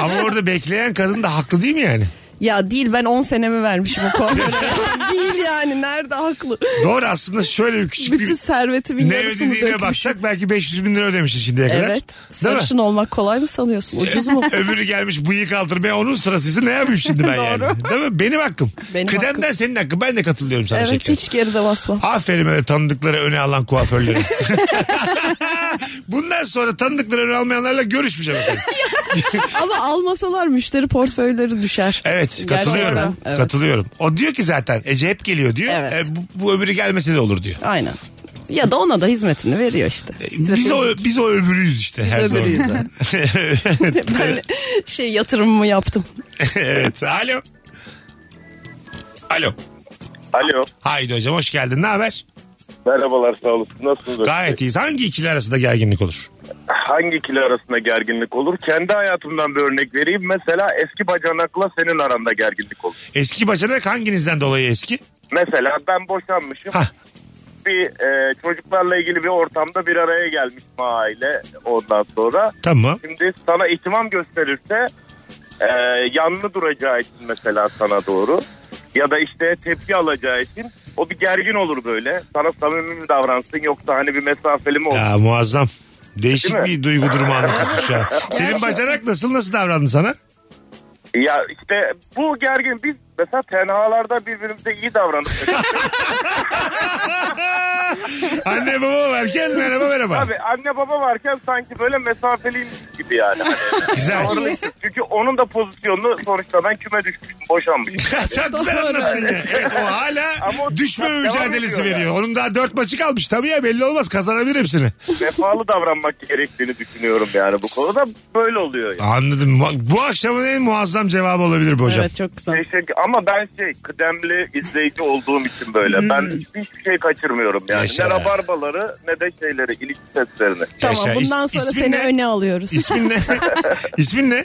S3: Ama orada bekleyen kadın da haklı değil mi yani?
S4: <laughs> Ya değil ben 10 senemi vermişim o kuaföre.
S3: <laughs>
S4: değil yani nerede haklı.
S3: Doğru aslında şöyle bir küçük
S4: Bütün
S3: bir...
S4: servetimin
S3: Ne
S4: yarısını
S3: ödediğine
S4: dökmüşüm.
S3: baksak belki 500 bin lira ödemişsin şimdiye kadar.
S4: Evet. Sarışın olmak kolay mı sanıyorsun? Ucuz mu?
S3: <laughs> Öbürü gelmiş bıyık altırmaya onun sırasıysa ne yapayım şimdi
S4: <laughs>
S3: ben yani? Değil mi? Benim hakkım. Kıdemden senin hakkın. Ben de katılıyorum sana
S4: evet
S3: şeker.
S4: hiç geride basmam.
S3: Aferin öyle tanıdıkları öne
S4: <laughs>
S3: alan kuaförleri. Bundan sonra tanıdıkları öne almayanlarla görüşmeyeceğim efendim.
S4: Ama almasalar müşteri portföyleri düşer.
S3: Evet katılıyorum.
S4: Gerçekten, evet.
S3: Katılıyorum. O diyor ki zaten Ece hep geliyor diyor.
S4: Evet.
S3: E, bu, bu öbürü gelmese de olur diyor. E,
S4: Aynen. Ya da ona da hizmetini veriyor işte.
S3: Biz o, biz o öbürüyüz işte
S4: Biz
S3: her
S4: öbürüyüz
S3: zaman.
S4: <laughs> ben şey yatırımımı yaptım.
S3: <laughs> evet. Alo. Alo. Alo. Haydi hocam hoş geldin. Ne haber?
S16: Merhabalar sağ olasın. Nasılsınız?
S3: Gayet iyiyiz. Hangi ikili arasında gerginlik olur?
S16: Hangi ikili arasında gerginlik olur? Kendi hayatımdan bir örnek vereyim. Mesela eski bacanakla senin aranda gerginlik olur.
S3: Eski bacanak hanginizden dolayı eski?
S16: Mesela ben boşanmışım. Bir e, çocuklarla ilgili bir ortamda bir araya gelmişim aile ondan sonra.
S3: Tamam.
S16: Şimdi sana ihtimam gösterirse e, yanlı duracağı için mesela sana doğru ya da işte tepki alacağı için o bir gergin olur böyle. Sana samimi mi davransın yoksa hani bir mesafeli mi olur?
S3: Ya muazzam. Değişik
S16: Değil mi?
S3: bir duygu durumu anlatıyorsun
S16: <laughs>
S3: şu an. Senin bacanak nasıl nasıl davrandı sana?
S16: Ya işte bu gergin biz mesela tenhalarda birbirimize iyi davranıp
S3: Anne baba varken merhaba merhaba.
S16: Abi anne baba varken sanki böyle mesafeliymiş gibi yani. Hani
S3: Güzel.
S16: doğru. Çünkü onun da pozisyonunu sonuçta ben küme düşmüştüm
S3: <laughs> <laughs>
S16: boşanmışım.
S3: Çok güzel anlattın ya. Evet, o hala düşme
S16: devam
S3: mücadelesi
S16: ediyor
S3: veriyor.
S16: yani.
S3: Onun daha dört maçı kalmış. Tabii ya belli olmaz kazanabilir hepsini.
S16: Vefalı davranmak gerektiğini düşünüyorum yani bu konuda böyle oluyor. Yani.
S3: Anladım. Mu- Bu akşamın en muazzam cevabı olabilir bu hocam.
S4: çok güzel.
S16: Teşekkür. Ama ben şey kıdemli izleyici olduğum için böyle.
S3: Hmm.
S16: Ben hiçbir şey kaçırmıyorum yani. Ne rabarbaları ne de şeyleri, ilişki seslerini.
S4: Tamam bundan sonra seni öne alıyoruz. <laughs>
S3: İsmin ne? İsmin ne?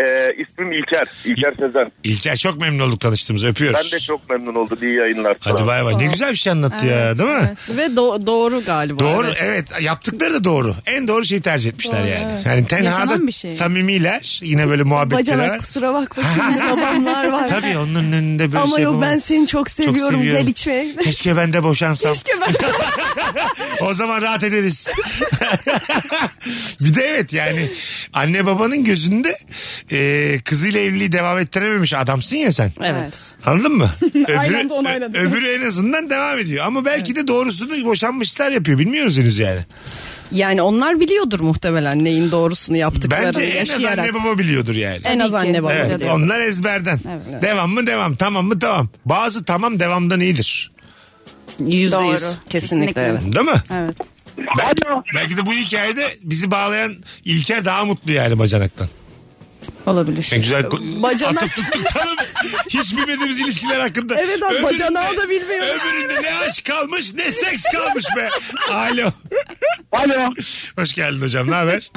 S16: Ee, ismim İlker. İlker Sezen.
S3: İlker çok memnun olduk tanıştığımıza öpüyoruz.
S16: Ben de çok memnun oldum. İyi yayınlar.
S3: Hadi bay bay. Ne güzel bir şey anlattı ya değil mi?
S4: Ve do- doğru galiba.
S3: Doğru evet. yaptıkları da doğru. En doğru şeyi tercih etmişler
S4: Doğru,
S3: yani.
S4: evet.
S3: Yani tenhada
S4: Yaşanan bir şey.
S3: samimiler yine böyle muhabbetler.
S4: Bacanak
S3: var.
S4: kusura bakma şimdi
S3: <laughs>
S4: babamlar var.
S3: Tabii onların önünde böyle
S4: Ama
S3: şey
S4: yok
S3: yapamam.
S4: ben seni çok seviyorum, gel içmeye.
S3: Keşke ben de boşansam.
S4: Keşke ben-
S3: <laughs> o zaman rahat ederiz. <laughs> bir de evet yani anne babanın gözünde e, kızıyla evliliği devam ettirememiş adamsın ya sen.
S4: Evet.
S3: Anladın
S4: <laughs>
S3: mı?
S5: Aynı
S3: Öbürü,
S5: anda onayladım.
S3: öbürü en azından devam ediyor. Ama belki de doğrusunu boşanmışlar yapıyor. Bilmiyoruz henüz yani.
S4: Yani onlar biliyordur muhtemelen neyin doğrusunu yaptıklarını
S3: Bence en az
S4: yaşayarak.
S3: anne baba biliyordur yani.
S4: En az anne baba
S3: Evet,
S4: biliyordur.
S3: onlar ezberden.
S4: Evet.
S3: Devam mı devam tamam mı tamam. Bazı tamam devamdan iyidir.
S4: Yüzde yüz. Kesinlikle, evet.
S3: Değil mi?
S5: Evet.
S3: Belki, belki de bu hikayede bizi bağlayan İlker daha mutlu yani bacanaktan.
S5: Olabilir.
S3: En güzel ko-
S4: Bacanak-
S3: atıp tuttuk
S4: <laughs>
S3: tanım. Hiç bilmediğimiz ilişkiler hakkında.
S4: Evet abi,
S3: Öbüründe-
S4: bacanağı da bilmiyoruz.
S3: Öbüründe ne aşk kalmış ne seks kalmış be. Alo.
S17: Alo.
S3: Hoş geldin hocam ne haber?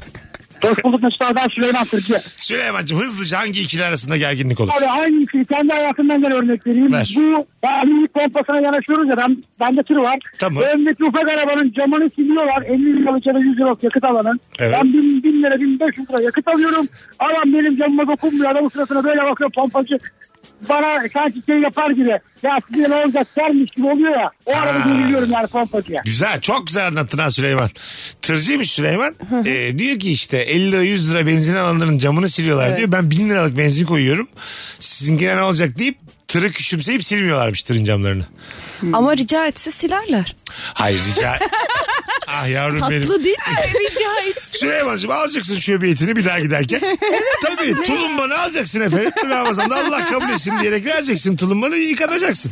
S17: Hoş bulduk Mustafa ben Süleyman Türkiye.
S3: Süleyman'cığım hızlıca hangi ikili arasında gerginlik olur?
S17: Abi hangisi? şey. Kendi hayatımdan ben örnek vereyim.
S3: Ver.
S17: Bu evlilik pompasına yanaşıyoruz ya ben, bende tır var.
S3: Tamam.
S17: Önümdeki ufak arabanın camını siliyorlar. 50 liralık ya da 100 liralık yakıt alanın.
S3: Evet.
S17: Ben 1000, 1000 lira 1500 lira yakıt alıyorum. Adam benim camıma dokunmuyor. Adam sırasına böyle bakıyor pompacı. Bana sanki şey yapar gibi. Ya size ne olacak dermiş gibi oluyor ya. O arada geriliyorum yani pompacıya.
S3: Güzel çok güzel anlattın ha Süleyman. Tırcıymış Süleyman. Ee, diyor ki işte 50 lira 100 lira benzin alanların camını siliyorlar
S17: Evet.
S3: diyor. Ben 1000 liralık benzin koyuyorum. Sizinkine ne olacak deyip tırı küçümseyip silmiyorlarmış tırın camlarını.
S5: <laughs>
S4: Ama rica etse silerler.
S3: Hayır rica... Ah yavrum benim.
S4: Tatlı <laughs> değil mi?
S5: Rica et.
S3: Süleyman'cığım alacaksın şöbiyetini bir daha giderken. Tabii tulumbanı alacaksın efendim. Ramazan'da Allah kabul etsin diyerek vereceksin tulumbanı yıkatacaksın.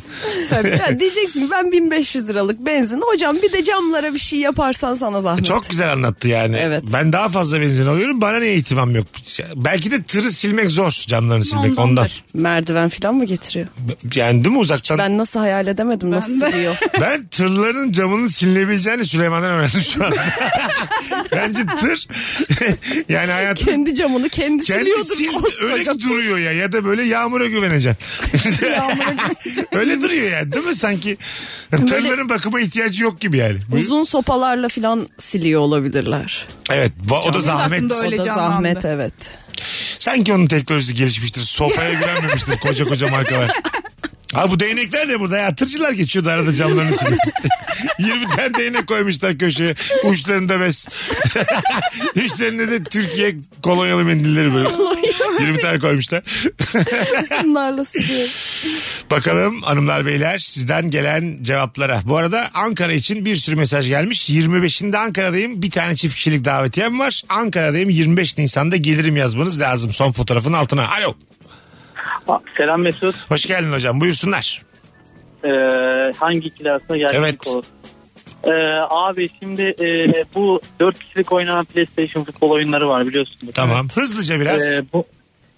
S4: Tabii. Ya diyeceksin ki ben 1500 liralık benzin. Hocam bir de camlara bir şey yaparsan sana zahmet.
S3: E, Çok güzel anlattı yani. Ben daha fazla benzin alıyorum. Bana niye ihtimam yok? Belki de tırı silmek zor camlarını silmek ondan.
S4: Merdiven falan mı getiriyor?
S3: Yani değil mi uzaktan?
S4: Ben nasıl hayal edemedim nasıl siliyor.
S3: <laughs> Ben tırların camının silinebileceğini Süleyman'dan öğrendim şu an. <laughs> Bence tır <laughs> yani
S4: <laughs>
S3: hayatın
S4: kendi camını kendi,
S3: kendi
S4: siliyordur
S3: sil,
S4: koskoca.
S3: öyle ki duruyor ya ya da böyle yağmura güveneceksin.
S4: <laughs>
S3: <laughs> öyle duruyor yani değil mi sanki? Tırların bakıma ihtiyacı yok gibi yani. Buyur.
S4: Uzun sopalarla falan siliyor olabilirler.
S3: Evet va- o da zahmet.
S4: o da zahmet evet.
S3: Sanki onun teknolojisi gelişmiştir. Sopaya güvenmemiştir koca koca markalar. Ha bu değnekler de burada ya. Tırcılar geçiyordu arada camların içinde. 20 tane değnek koymuşlar köşeye. Uçlarında <laughs> bez. Üstlerinde de Türkiye kolonyalı mendilleri böyle. 20 tane koymuşlar.
S4: <laughs>
S3: <laughs>
S4: Bunlarla siliyor.
S3: Bakalım hanımlar beyler sizden gelen cevaplara. Bu arada Ankara için bir sürü mesaj gelmiş. 25'inde Ankara'dayım. Bir tane çift kişilik davetiyem var. Ankara'dayım 25 Nisan'da gelirim yazmanız lazım son fotoğrafın altına. Alo.
S15: Selam Mesut.
S3: Hoş geldin hocam buyursunlar.
S15: Ee, hangi ikili arasında gerginlik
S3: Evet.
S15: olur? Ee, abi şimdi e, bu 4 kişilik oynanan PlayStation futbol oyunları var biliyorsunuz.
S3: Tamam hızlıca biraz.
S15: Ee, bu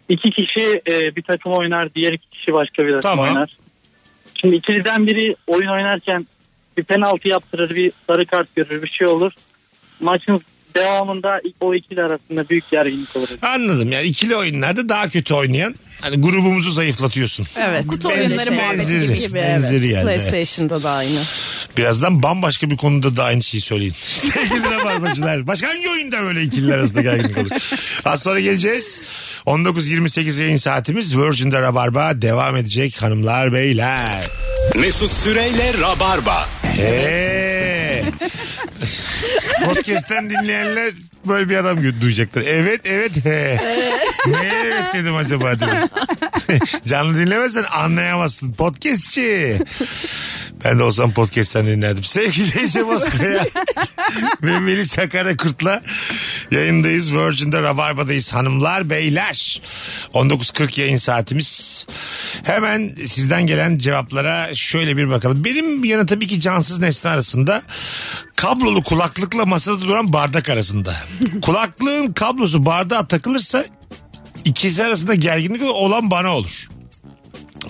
S15: iki kişi e, bir takım oynar, diğer iki kişi başka bir takım
S3: Tamam.
S15: oynar. Şimdi ikiliden biri oyun oynarken bir penaltı yaptırır, bir sarı kart görür, bir şey olur. Maçın devamında o ikili arasında büyük gerginlik olur.
S3: Anladım yani ikili oyunlarda daha kötü oynayan hani grubumuzu zayıflatıyorsun.
S4: Evet.
S3: Kutu Benzeri- oyunları muhabbeti benzeri. gibi, gibi, evet. Benzeri yani, evet.
S4: PlayStation'da da aynı.
S3: Birazdan bambaşka bir konuda da aynı şeyi söyleyin. <laughs> Sevgili Rabarbacılar. Başka hangi oyunda böyle ikililer arasında gerginlik olur? Az sonra geleceğiz. 19.28 yayın saatimiz Virgin'de Rabarba devam edecek hanımlar beyler.
S2: Mesut Süreyle Rabarba.
S3: Eee. Podcast'ten dinleyenler böyle bir adam gö- duyacaklar. Evet evet he. Neye evet dedim acaba dedim. Canlı dinlemezsen anlayamazsın. Podcastçi. Ben de olsam podcast'ten dinlerdim. Sevgili Ece Bozkaya <laughs> ve Melisa Karakırt'la yayındayız. Virgin'de Rabarba'dayız hanımlar beyler. 19.40 yayın saatimiz. Hemen sizden gelen cevaplara şöyle bir bakalım. Benim yana tabii ki cansız nesne arasında kablolu kulaklıkla masada duran bardak arasında. Kulaklığın kablosu bardağa takılırsa ikisi arasında gerginlik olan bana olur.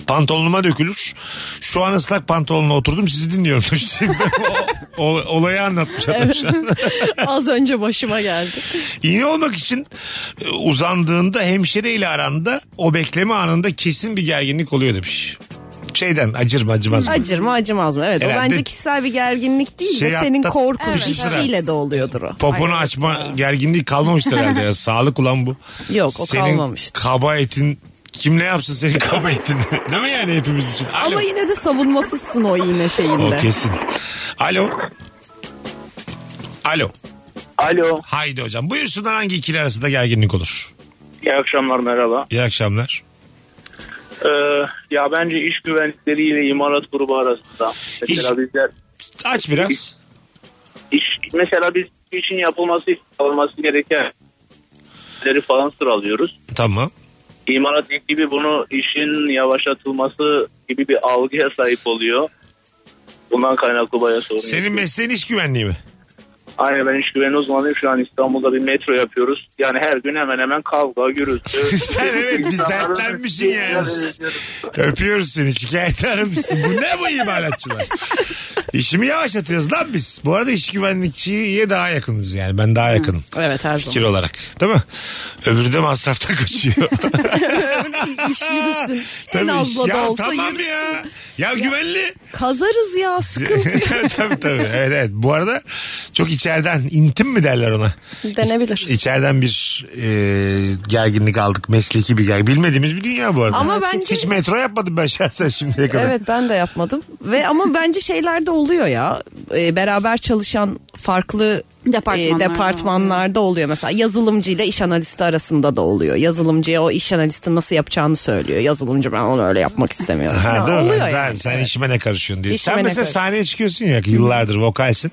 S3: Pantolonuma dökülür. Şu an ıslak pantolonla oturdum sizi dinliyorum. <laughs> Şimdi o- o- olayı anlatmış adam şu an.
S4: Az önce başıma geldi.
S3: İğne olmak için e, uzandığında hemşire ile aranda o bekleme anında kesin bir gerginlik oluyor demiş. Şeyden acır mı acımaz mı?
S4: Acır mı acımaz mı? Evet o
S3: Herhalde
S4: bence kişisel bir gerginlik değil
S3: şey
S4: de senin
S3: atlat-
S4: korkun
S3: Evet, evet.
S4: işçiyle de oluyordur o.
S3: Poponu açma gerginliği kalmamıştır
S4: <laughs>
S3: herhalde ya. Sağlık ulan bu.
S4: Yok, o
S3: senin
S4: kalmamıştır.
S3: kaba etin kim ne yapsın senin kaba etin? <laughs> Değil mi yani hepimiz için? Alo.
S4: Ama yine de savunmasızsın o iğne şeyinde.
S3: O kesin. Alo. Alo.
S18: Alo.
S3: Haydi hocam. Buyursunlar hangi ikili arasında gerginlik olur?
S18: İyi akşamlar merhaba.
S3: İyi akşamlar.
S18: Ee, ya bence iş güvenlikleriyle imalat grubu arasında. Mesela bizler
S3: Aç biraz.
S18: iş mesela biz işin yapılması alınması gereken leri falan sıralıyoruz.
S3: Tamam.
S18: İmalat ekibi bunu işin yavaşlatılması gibi bir algıya sahip oluyor. Bundan kaynaklı bayağı sorun.
S3: Senin mesleğin iş güvenliği mi?
S18: Aynen ben iş güvenliği uzmanıyım. Şu an İstanbul'da bir metro yapıyoruz. Yani her gün hemen hemen kavga, gürültü.
S3: <laughs> Sen evet biz
S18: İnsanların-
S3: dertlenmişsin yani. Öpüyoruz seni şikayet aramışsın. Bu ne bu imalatçılar? İşimi yavaşlatıyoruz lan biz. Bu arada iş güvenlikçiye daha yakınız yani. Ben daha yakınım.
S4: Evet her
S3: Fikir olarak değil mi? Öbürü de
S4: <laughs>
S3: masraftan kaçıyor.
S4: İş yürüsün. en
S3: <laughs> Tabii
S4: azla
S3: ya
S4: da olsa
S3: tamam
S4: yürüsün.
S3: ya. Ya güvenli.
S4: Kazarız ya sıkıntı.
S3: <laughs> tabii tabii. Evet, evet. Bu arada çok içeriden intim mi derler ona?
S4: Denebilir.
S3: İçeriden bir e, gerginlik aldık. Mesleki bir gerginlik. Bilmediğimiz bir dünya bu arada.
S4: Ama bence-
S3: Hiç metro yapmadım ben şahsen şimdiye kadar.
S4: Evet ben de yapmadım. Ve ama bence şeyler de oluyor ya. E, beraber çalışan farklı e,
S5: Departmanlarda.
S4: departmanlarda oluyor mesela. Yazılımcı ile iş analisti arasında da oluyor. Yazılımcıya o iş analisti nasıl yapacağını söylüyor. Yazılımcı ben onu öyle yapmak istemiyorum.
S3: <laughs> Ha,
S4: Ha,
S3: değil mi?
S4: oluyor
S3: Sen,
S4: yani.
S3: sen işime ne karışıyorsun diye.
S4: İşime
S3: sen
S4: ne
S3: mesela
S4: karışıyorsun?
S3: sahneye çıkıyorsun ya yıllardır vokalsin.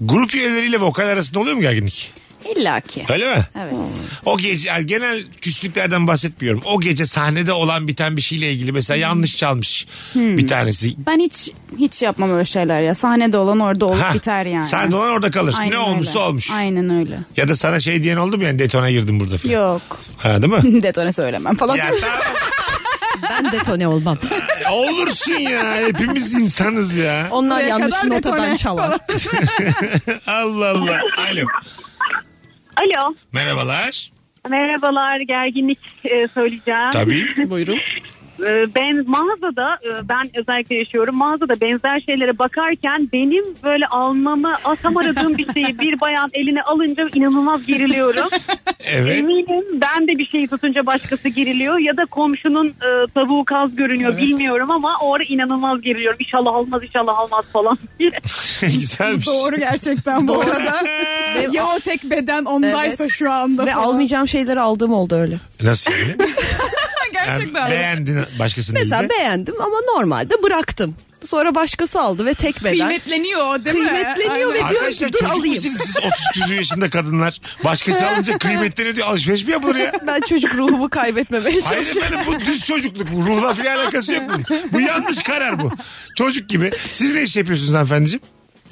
S3: Grup üyeleriyle vokal arasında oluyor mu gerginlik?
S5: İlla ki.
S3: Öyle mi?
S5: Evet.
S3: O gece yani genel küslüklerden bahsetmiyorum. O gece sahnede olan biten bir şeyle ilgili mesela yanlış çalmış
S5: Hmm.
S3: bir tanesi.
S5: Ben hiç hiç yapmam öyle şeyler ya. Sahnede olan orada olup
S3: Ha,
S5: biter yani.
S3: sahnede olan orada kalır. Ne
S5: öyle.
S3: olmuşsa olmuş.
S5: Aynen öyle.
S3: Ya da sana şey diyen oldu mu yani detona girdim burada falan.
S5: Yok. <laughs>
S3: Ha değil mi?
S5: Detone söylemem falan.
S3: Ya E,
S4: Ben detone olmam.
S3: Olursun ya hepimiz insanız ya.
S4: Onlar
S5: Buraya
S4: yanlış
S5: kadar
S4: notadan
S5: detone.
S4: çalar.
S3: Allah Allah. Alo.
S19: Alo.
S3: Merhabalar.
S19: Merhabalar gerginlik e, söyleyeceğim.
S3: Tabii.
S4: Buyurun.
S19: E, ben mağazada e, ben özellikle yaşıyorum. Mağazada benzer şeylere bakarken benim böyle almama atam aradığım bir şey
S8: <laughs>
S19: şeyi bir bayan eline alınca inanılmaz
S3: <laughs>
S19: geriliyorum.
S3: Evet.
S19: Eminim ben de bir şeyi tutunca başkası geriliyor ya da komşunun e, tavuğu kaz görünüyor
S3: Evet.
S19: bilmiyorum ama o ara inanılmaz geriliyorum. İnşallah almaz inşallah almaz falan diye.
S3: Güzelmiş.
S5: Doğru gerçekten bu arada. ya o tek beden ondaysa
S4: Evet.
S5: şu anda
S4: Ve
S5: falan.
S4: almayacağım şeyleri aldığım oldu öyle.
S5: <laughs>
S3: Nasıl yani?
S5: Gerçekten.
S3: Yani beğendin başkasının
S4: Mesela
S3: elinde.
S4: beğendim ama normalde bıraktım. Sonra başkası aldı ve tek beden.
S5: Kıymetleniyor değil mi?
S4: Kıymetleniyor ve diyorum
S3: Arkadaşlar
S4: ki dur
S3: çocuk
S4: alayım.
S3: musunuz siz 30 küsur yaşında kadınlar?
S5: <laughs>
S3: Başkası alınca kıymetlerini diyor alışveriş mi yapılır ya?
S4: Ben çocuk ruhumu kaybetmemeye
S3: Hayır
S4: çalışıyorum.
S3: efendim bu düz çocukluk bu. Ruhla filan alakası yok bu. Bu yanlış karar bu. Çocuk gibi. Siz ne iş yapıyorsunuz hanımefendiciğim?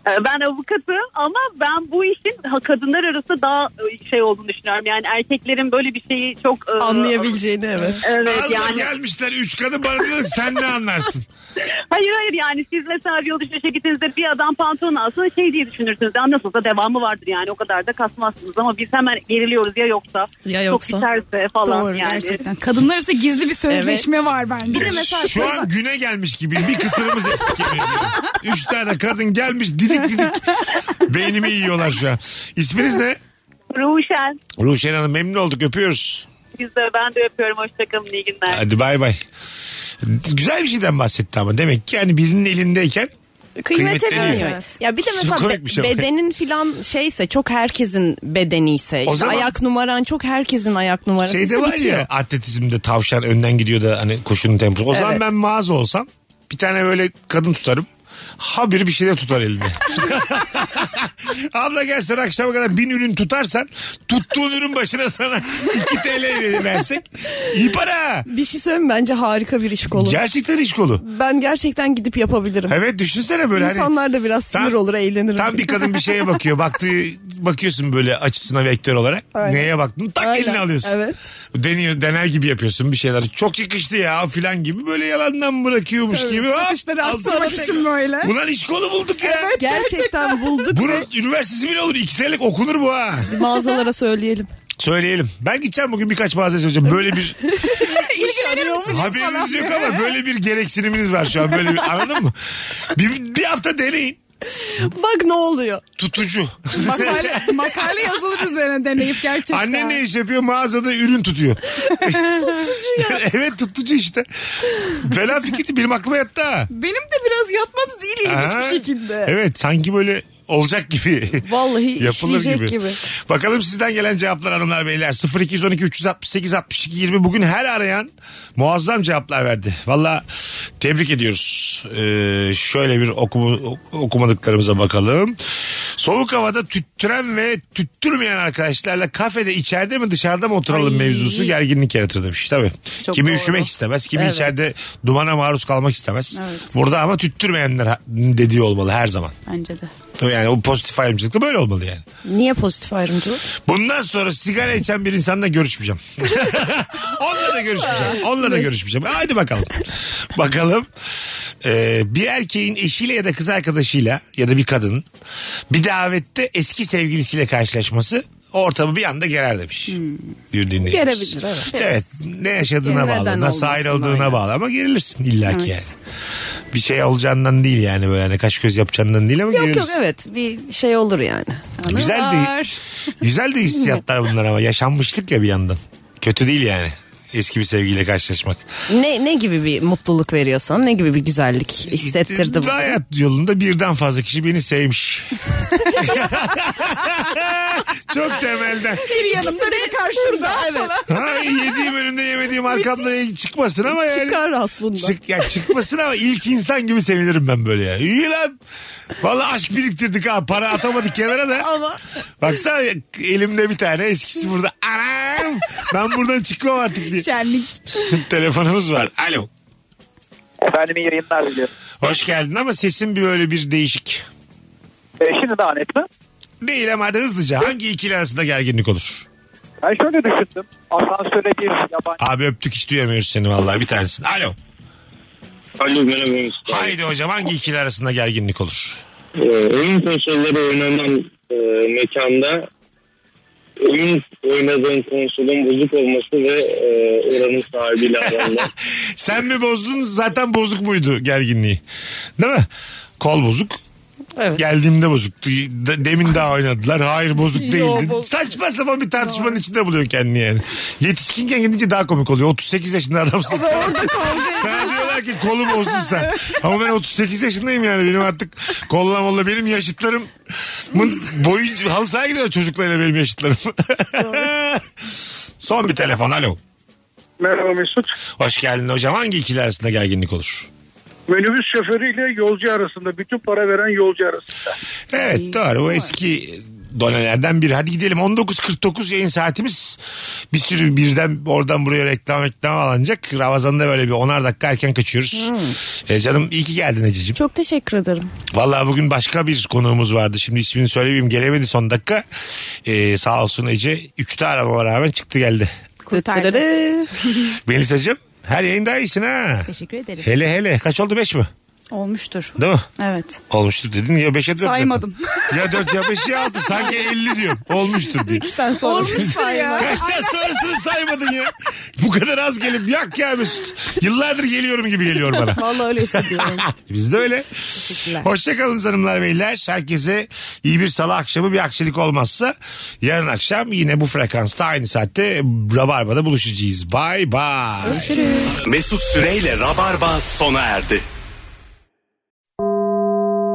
S19: E, Ben avukatım ama ben bu işin ha- kadınlar arasında daha e, şey olduğunu düşünüyorum. Yani erkeklerin böyle bir şeyi çok... e,
S4: Anlayabileceğini evet.
S19: Evet
S3: Allah
S19: yani
S3: gelmişler üç kadın bana diyor ki, sen
S19: <laughs>
S3: ne anlarsın?
S19: hayır hayır yani siz mesela bir yol yürüyüşe gittiğinizde bir adam pantolon alsın şey diye düşünürsünüz. Ya nasılsa devamı vardır yani o kadar da kasmazsınız ama biz hemen geriliyoruz ya yoksa.
S4: Ya yoksa.
S19: Çok biterse falan
S5: Doğru
S19: yani.
S5: gerçekten. Kadınlar arasında gizli bir sözleşme var bence. Bir de mesela
S3: Şu an güne gelmiş gibi bir kısırımız eksik yemin ediyorum. Üç tane kadın gelmiş didik didik. Beynimi yiyorlar şu an. İsminiz ne?
S19: Ruşen.
S3: Ruşen Hanım memnun olduk öpüyoruz.
S19: Biz de ben de öpüyorum. Hoşçakalın. iyi günler.
S3: Hadi bay bay. Güzel bir şeyden bahsetti ama demek ki yani birinin elindeyken
S4: Kıymete
S3: Kıymetleniyor.
S4: biniyor.
S3: Evet.
S4: Ya bir de
S3: Çok şey
S4: mesela be-
S3: komikmiş ama.
S4: bedenin filan şeyse çok herkesin bedeniyse
S3: O
S4: işte
S3: zaman-
S4: ayak numaran çok herkesin ayak numarası
S3: şeyde Şey var ya atletizmde tavşan önden gidiyor da hani koşunun temposu. O zaman
S4: Evet.
S3: ben mağaza olsam bir tane böyle kadın tutarım. Ha biri bir şeyler tutar elinde. <laughs> Abla gel sen akşama kadar bin ürün tutarsan tuttuğun ürün başına sana 2 TL verir- versek iyi para.
S4: Bir şey söyleyeyim mi? bence harika bir iş kolu.
S3: Gerçekten iş kolu.
S4: ben gerçekten gidip yapabilirim.
S3: Evet düşünsene böyle hani
S4: İnsanlar da biraz sinir
S3: Tam-
S4: olur eğlenir.
S3: Tam bir kadın bir şeye bakıyor. Baktığı bakıyorsun böyle açısına vektör olarak.
S4: Aynen.
S3: Neye baktın? Tak
S4: Aynen,
S3: eline alıyorsun.
S4: evet.
S3: Deniyor, dener gibi yapıyorsun bir şeyler. Çok yakıştı ya filan gibi. Böyle yalandan bırakıyormuş gibi. Hop,
S5: satışları
S3: aldın.
S5: atlamak için böyle.
S3: Ulan iş kolu bulduk ya.
S4: Evet, gerçekten bulduk
S3: Bunun üniversitesi bile olur. İki senelik okunur bu ha.
S4: mağazalara söyleyelim.
S3: Söyleyelim. Ben gideceğim bugün birkaç mağazaya söyleyeceğim. Böyle
S4: <laughs>
S3: bir
S5: <laughs> İlgilenir misiniz
S3: haberiniz
S5: falan
S3: yok
S5: diye.
S3: ama böyle bir gereksiniminiz var şu an. Böyle bir, anladın mı? Bir, bir hafta deneyin.
S4: Bak ne oluyor.
S3: Tutucu. <laughs>
S5: Makale, makale yazılır üzerine deneyip gerçekten.
S3: Anne ne iş yapıyor? Mağazada
S5: <laughs>
S3: ürün tutuyor. <laughs> evet tutucu işte. Fena fikirdi benim aklıma yattı ha.
S5: Benim de biraz yatmanız değil ilginç
S3: Ha?
S5: bir şekilde.
S3: Evet sanki böyle olacak gibi.
S4: Vallahi
S3: Yapılır
S4: işleyecek
S3: gibi.
S4: gibi.
S3: Bakalım sizden gelen cevaplar hanımlar beyler. 0212 368 62 20 bugün her arayan muazzam cevaplar verdi. Valla tebrik ediyoruz. Ee, şöyle bir okumu, okumadıklarımıza bakalım. Soğuk havada tüttüren ve tüttürmeyen arkadaşlarla kafede içeride mi dışarıda mı oturalım mevzusu gerginlik yaratır demiş. Tabii.
S5: Çok
S3: kimi
S5: doğru.
S3: üşümek istemez, kimi
S5: Evet.
S3: içeride dumana maruz kalmak istemez.
S5: Evet.
S3: Burada ama tüttürmeyenler dediği olmalı her zaman.
S5: Bence de.
S3: Yani o pozitif ayrımcılıkla böyle olmalı yani.
S4: Niye pozitif ayrımcılık?
S3: Bundan sonra sigara içen bir
S5: <laughs>
S3: insanla görüşmeyeceğim. Onunla da görüşmeyeceğim. Onunla da görüşmeyeceğim. Haydi bakalım. bakalım. Ee, bir erkeğin eşiyle ya da kız arkadaşıyla ya da bir kadının bir davette eski sevgilisiyle karşılaşması o ortamı bir anda gerer demiş. Bir dinleyicimiz.
S5: Gerebilir, Hmm. evet.
S3: Evet. Ne yaşadığına
S5: Neden
S3: bağlı. Nasıl
S5: olmasın,
S3: ayrıldığına
S5: aynen.
S3: bağlı ama gerilirsin illaki
S5: Evet.
S3: yani. Bir şey olacağından değil yani böyle hani kaş göz yapacağından değil ama
S4: Yok yok
S3: gerilirsin.
S4: evet bir şey olur yani.
S3: Güzel de, güzel de hissiyatlar bunlar ama yaşanmışlık ya bir yandan. Kötü değil yani. eski bir sevgiyle karşılaşmak.
S4: Ne, ne gibi bir mutluluk veriyor sana? Ne gibi bir güzellik hissettirdi bu?
S3: Hayat yolunda birden fazla kişi beni sevmiş. Çok temelden.
S5: Bir yanımda bir karşımda. Evet.
S3: Ha, yediğim önümde yemediğim arkamda çıkmasın ama yani.
S4: Çıkar aslında.
S3: Çık, ya çıkmasın ama ilk insan gibi sevinirim ben böyle ya. İyi lan. Valla aşk biriktirdik ha. Para atamadık kenara da.
S4: Ama.
S3: Baksana elimde bir tane eskisi burada. Anam. Ben buradan çıkmam artık diye.
S5: Şenlik.
S3: <laughs> Telefonumuz var. Alo.
S20: Efendim iyi yayınlar diliyorum.
S3: Hoş geldin ama sesin bir böyle bir değişik.
S20: E, şimdi daha net mi?
S3: Değil ama hadi hızlıca. Hangi ikili arasında gerginlik olur?
S20: Ben şöyle düşündüm. Asansöre bir yabancı
S3: Abi öptük hiç duyamıyoruz seni vallahi bir tanesin. Alo.
S21: Alo merhaba.
S3: Haydi hocam hangi ikili arasında gerginlik olur?
S21: Ee, oyun konsolları oynanan e, mekanda oyun oynadığın konsolun bozuk olması ve e, oranın sahibiyle aranda.
S3: Sen mi bozdun zaten bozuk muydu gerginliği? Değil mi? Kol bozuk. Geldiğimde bozuktu. De- Demin daha oynadılar. Hayır
S10: <laughs>
S3: bozuk
S10: Yo,
S3: değildi.
S10: bozuk.
S3: Saçma sapan bir tartışmanın içinde buluyorsun kendini yani. Yetişkinken gidince daha komik oluyor. 38 yaşında adamsın.
S10: Ama orada kavga
S3: Sana
S10: ediyorsun.
S3: diyorlar ki kolu bozdun sen. Ama ben 38 yaşındayım yani. Benim artık kolla molla benim yaşıtlarım boyunca halı sahaya gidiyor çocuklarıyla benim yaşıtlarım. <laughs> Son bir telefon. Alo.
S22: Merhaba Mesut.
S3: Hoş geldin hocam. Hangi ikili arasında gerginlik olur?
S22: Minibüs şoförüyle yolcu arasında bütün para veren yolcu arasında.
S3: Evet doğru o eski donelerden biri. Hadi gidelim 19.49 yayın saatimiz. Bir sürü birden oradan buraya reklam reklam alınacak. Ramazan'da böyle bir 10'ar dakika erken kaçıyoruz.
S5: Hmm.
S3: E, canım iyi ki geldin Ececiğim.
S4: Çok teşekkür ederim.
S3: Vallahi bugün başka bir konuğumuz vardı. Şimdi ismini söylemeyeyim gelemedi son dakika. E, sağ olsun Ece. Üçte arabama rağmen çıktı geldi.
S4: Kurtardı.
S3: Melisa'cığım her yayında iyisin ha.
S5: Teşekkür ederim.
S3: Hele hele kaç oldu 5 mi?
S5: Olmuştur.
S3: Değil mi? şey.
S5: Evet.
S3: Olmuştur dedin ya 5'e 4
S5: Saymadım.
S3: <laughs> Ya 4 ya 5 ya 6 sanki 50 diyorum. Olmuştur diyor.
S5: Üçten sonrası
S3: Olmuştur ya.
S5: sayma.
S3: Kaçtan sonrasını saymadın ya. Bu kadar az gelip yak ya Mesut. Yıllardır geliyorum gibi geliyor bana.
S5: <laughs> Vallahi öyle hissediyorum.
S3: <laughs> Biz de öyle. Hoşçakalın hanımlar beyler. Herkese iyi bir salı akşamı bir aksilik olmazsa yarın akşam yine bu frekansta aynı saatte Rabarba'da buluşacağız. Bye bye.
S2: Mesut Süreyle Rabarba sona erdi.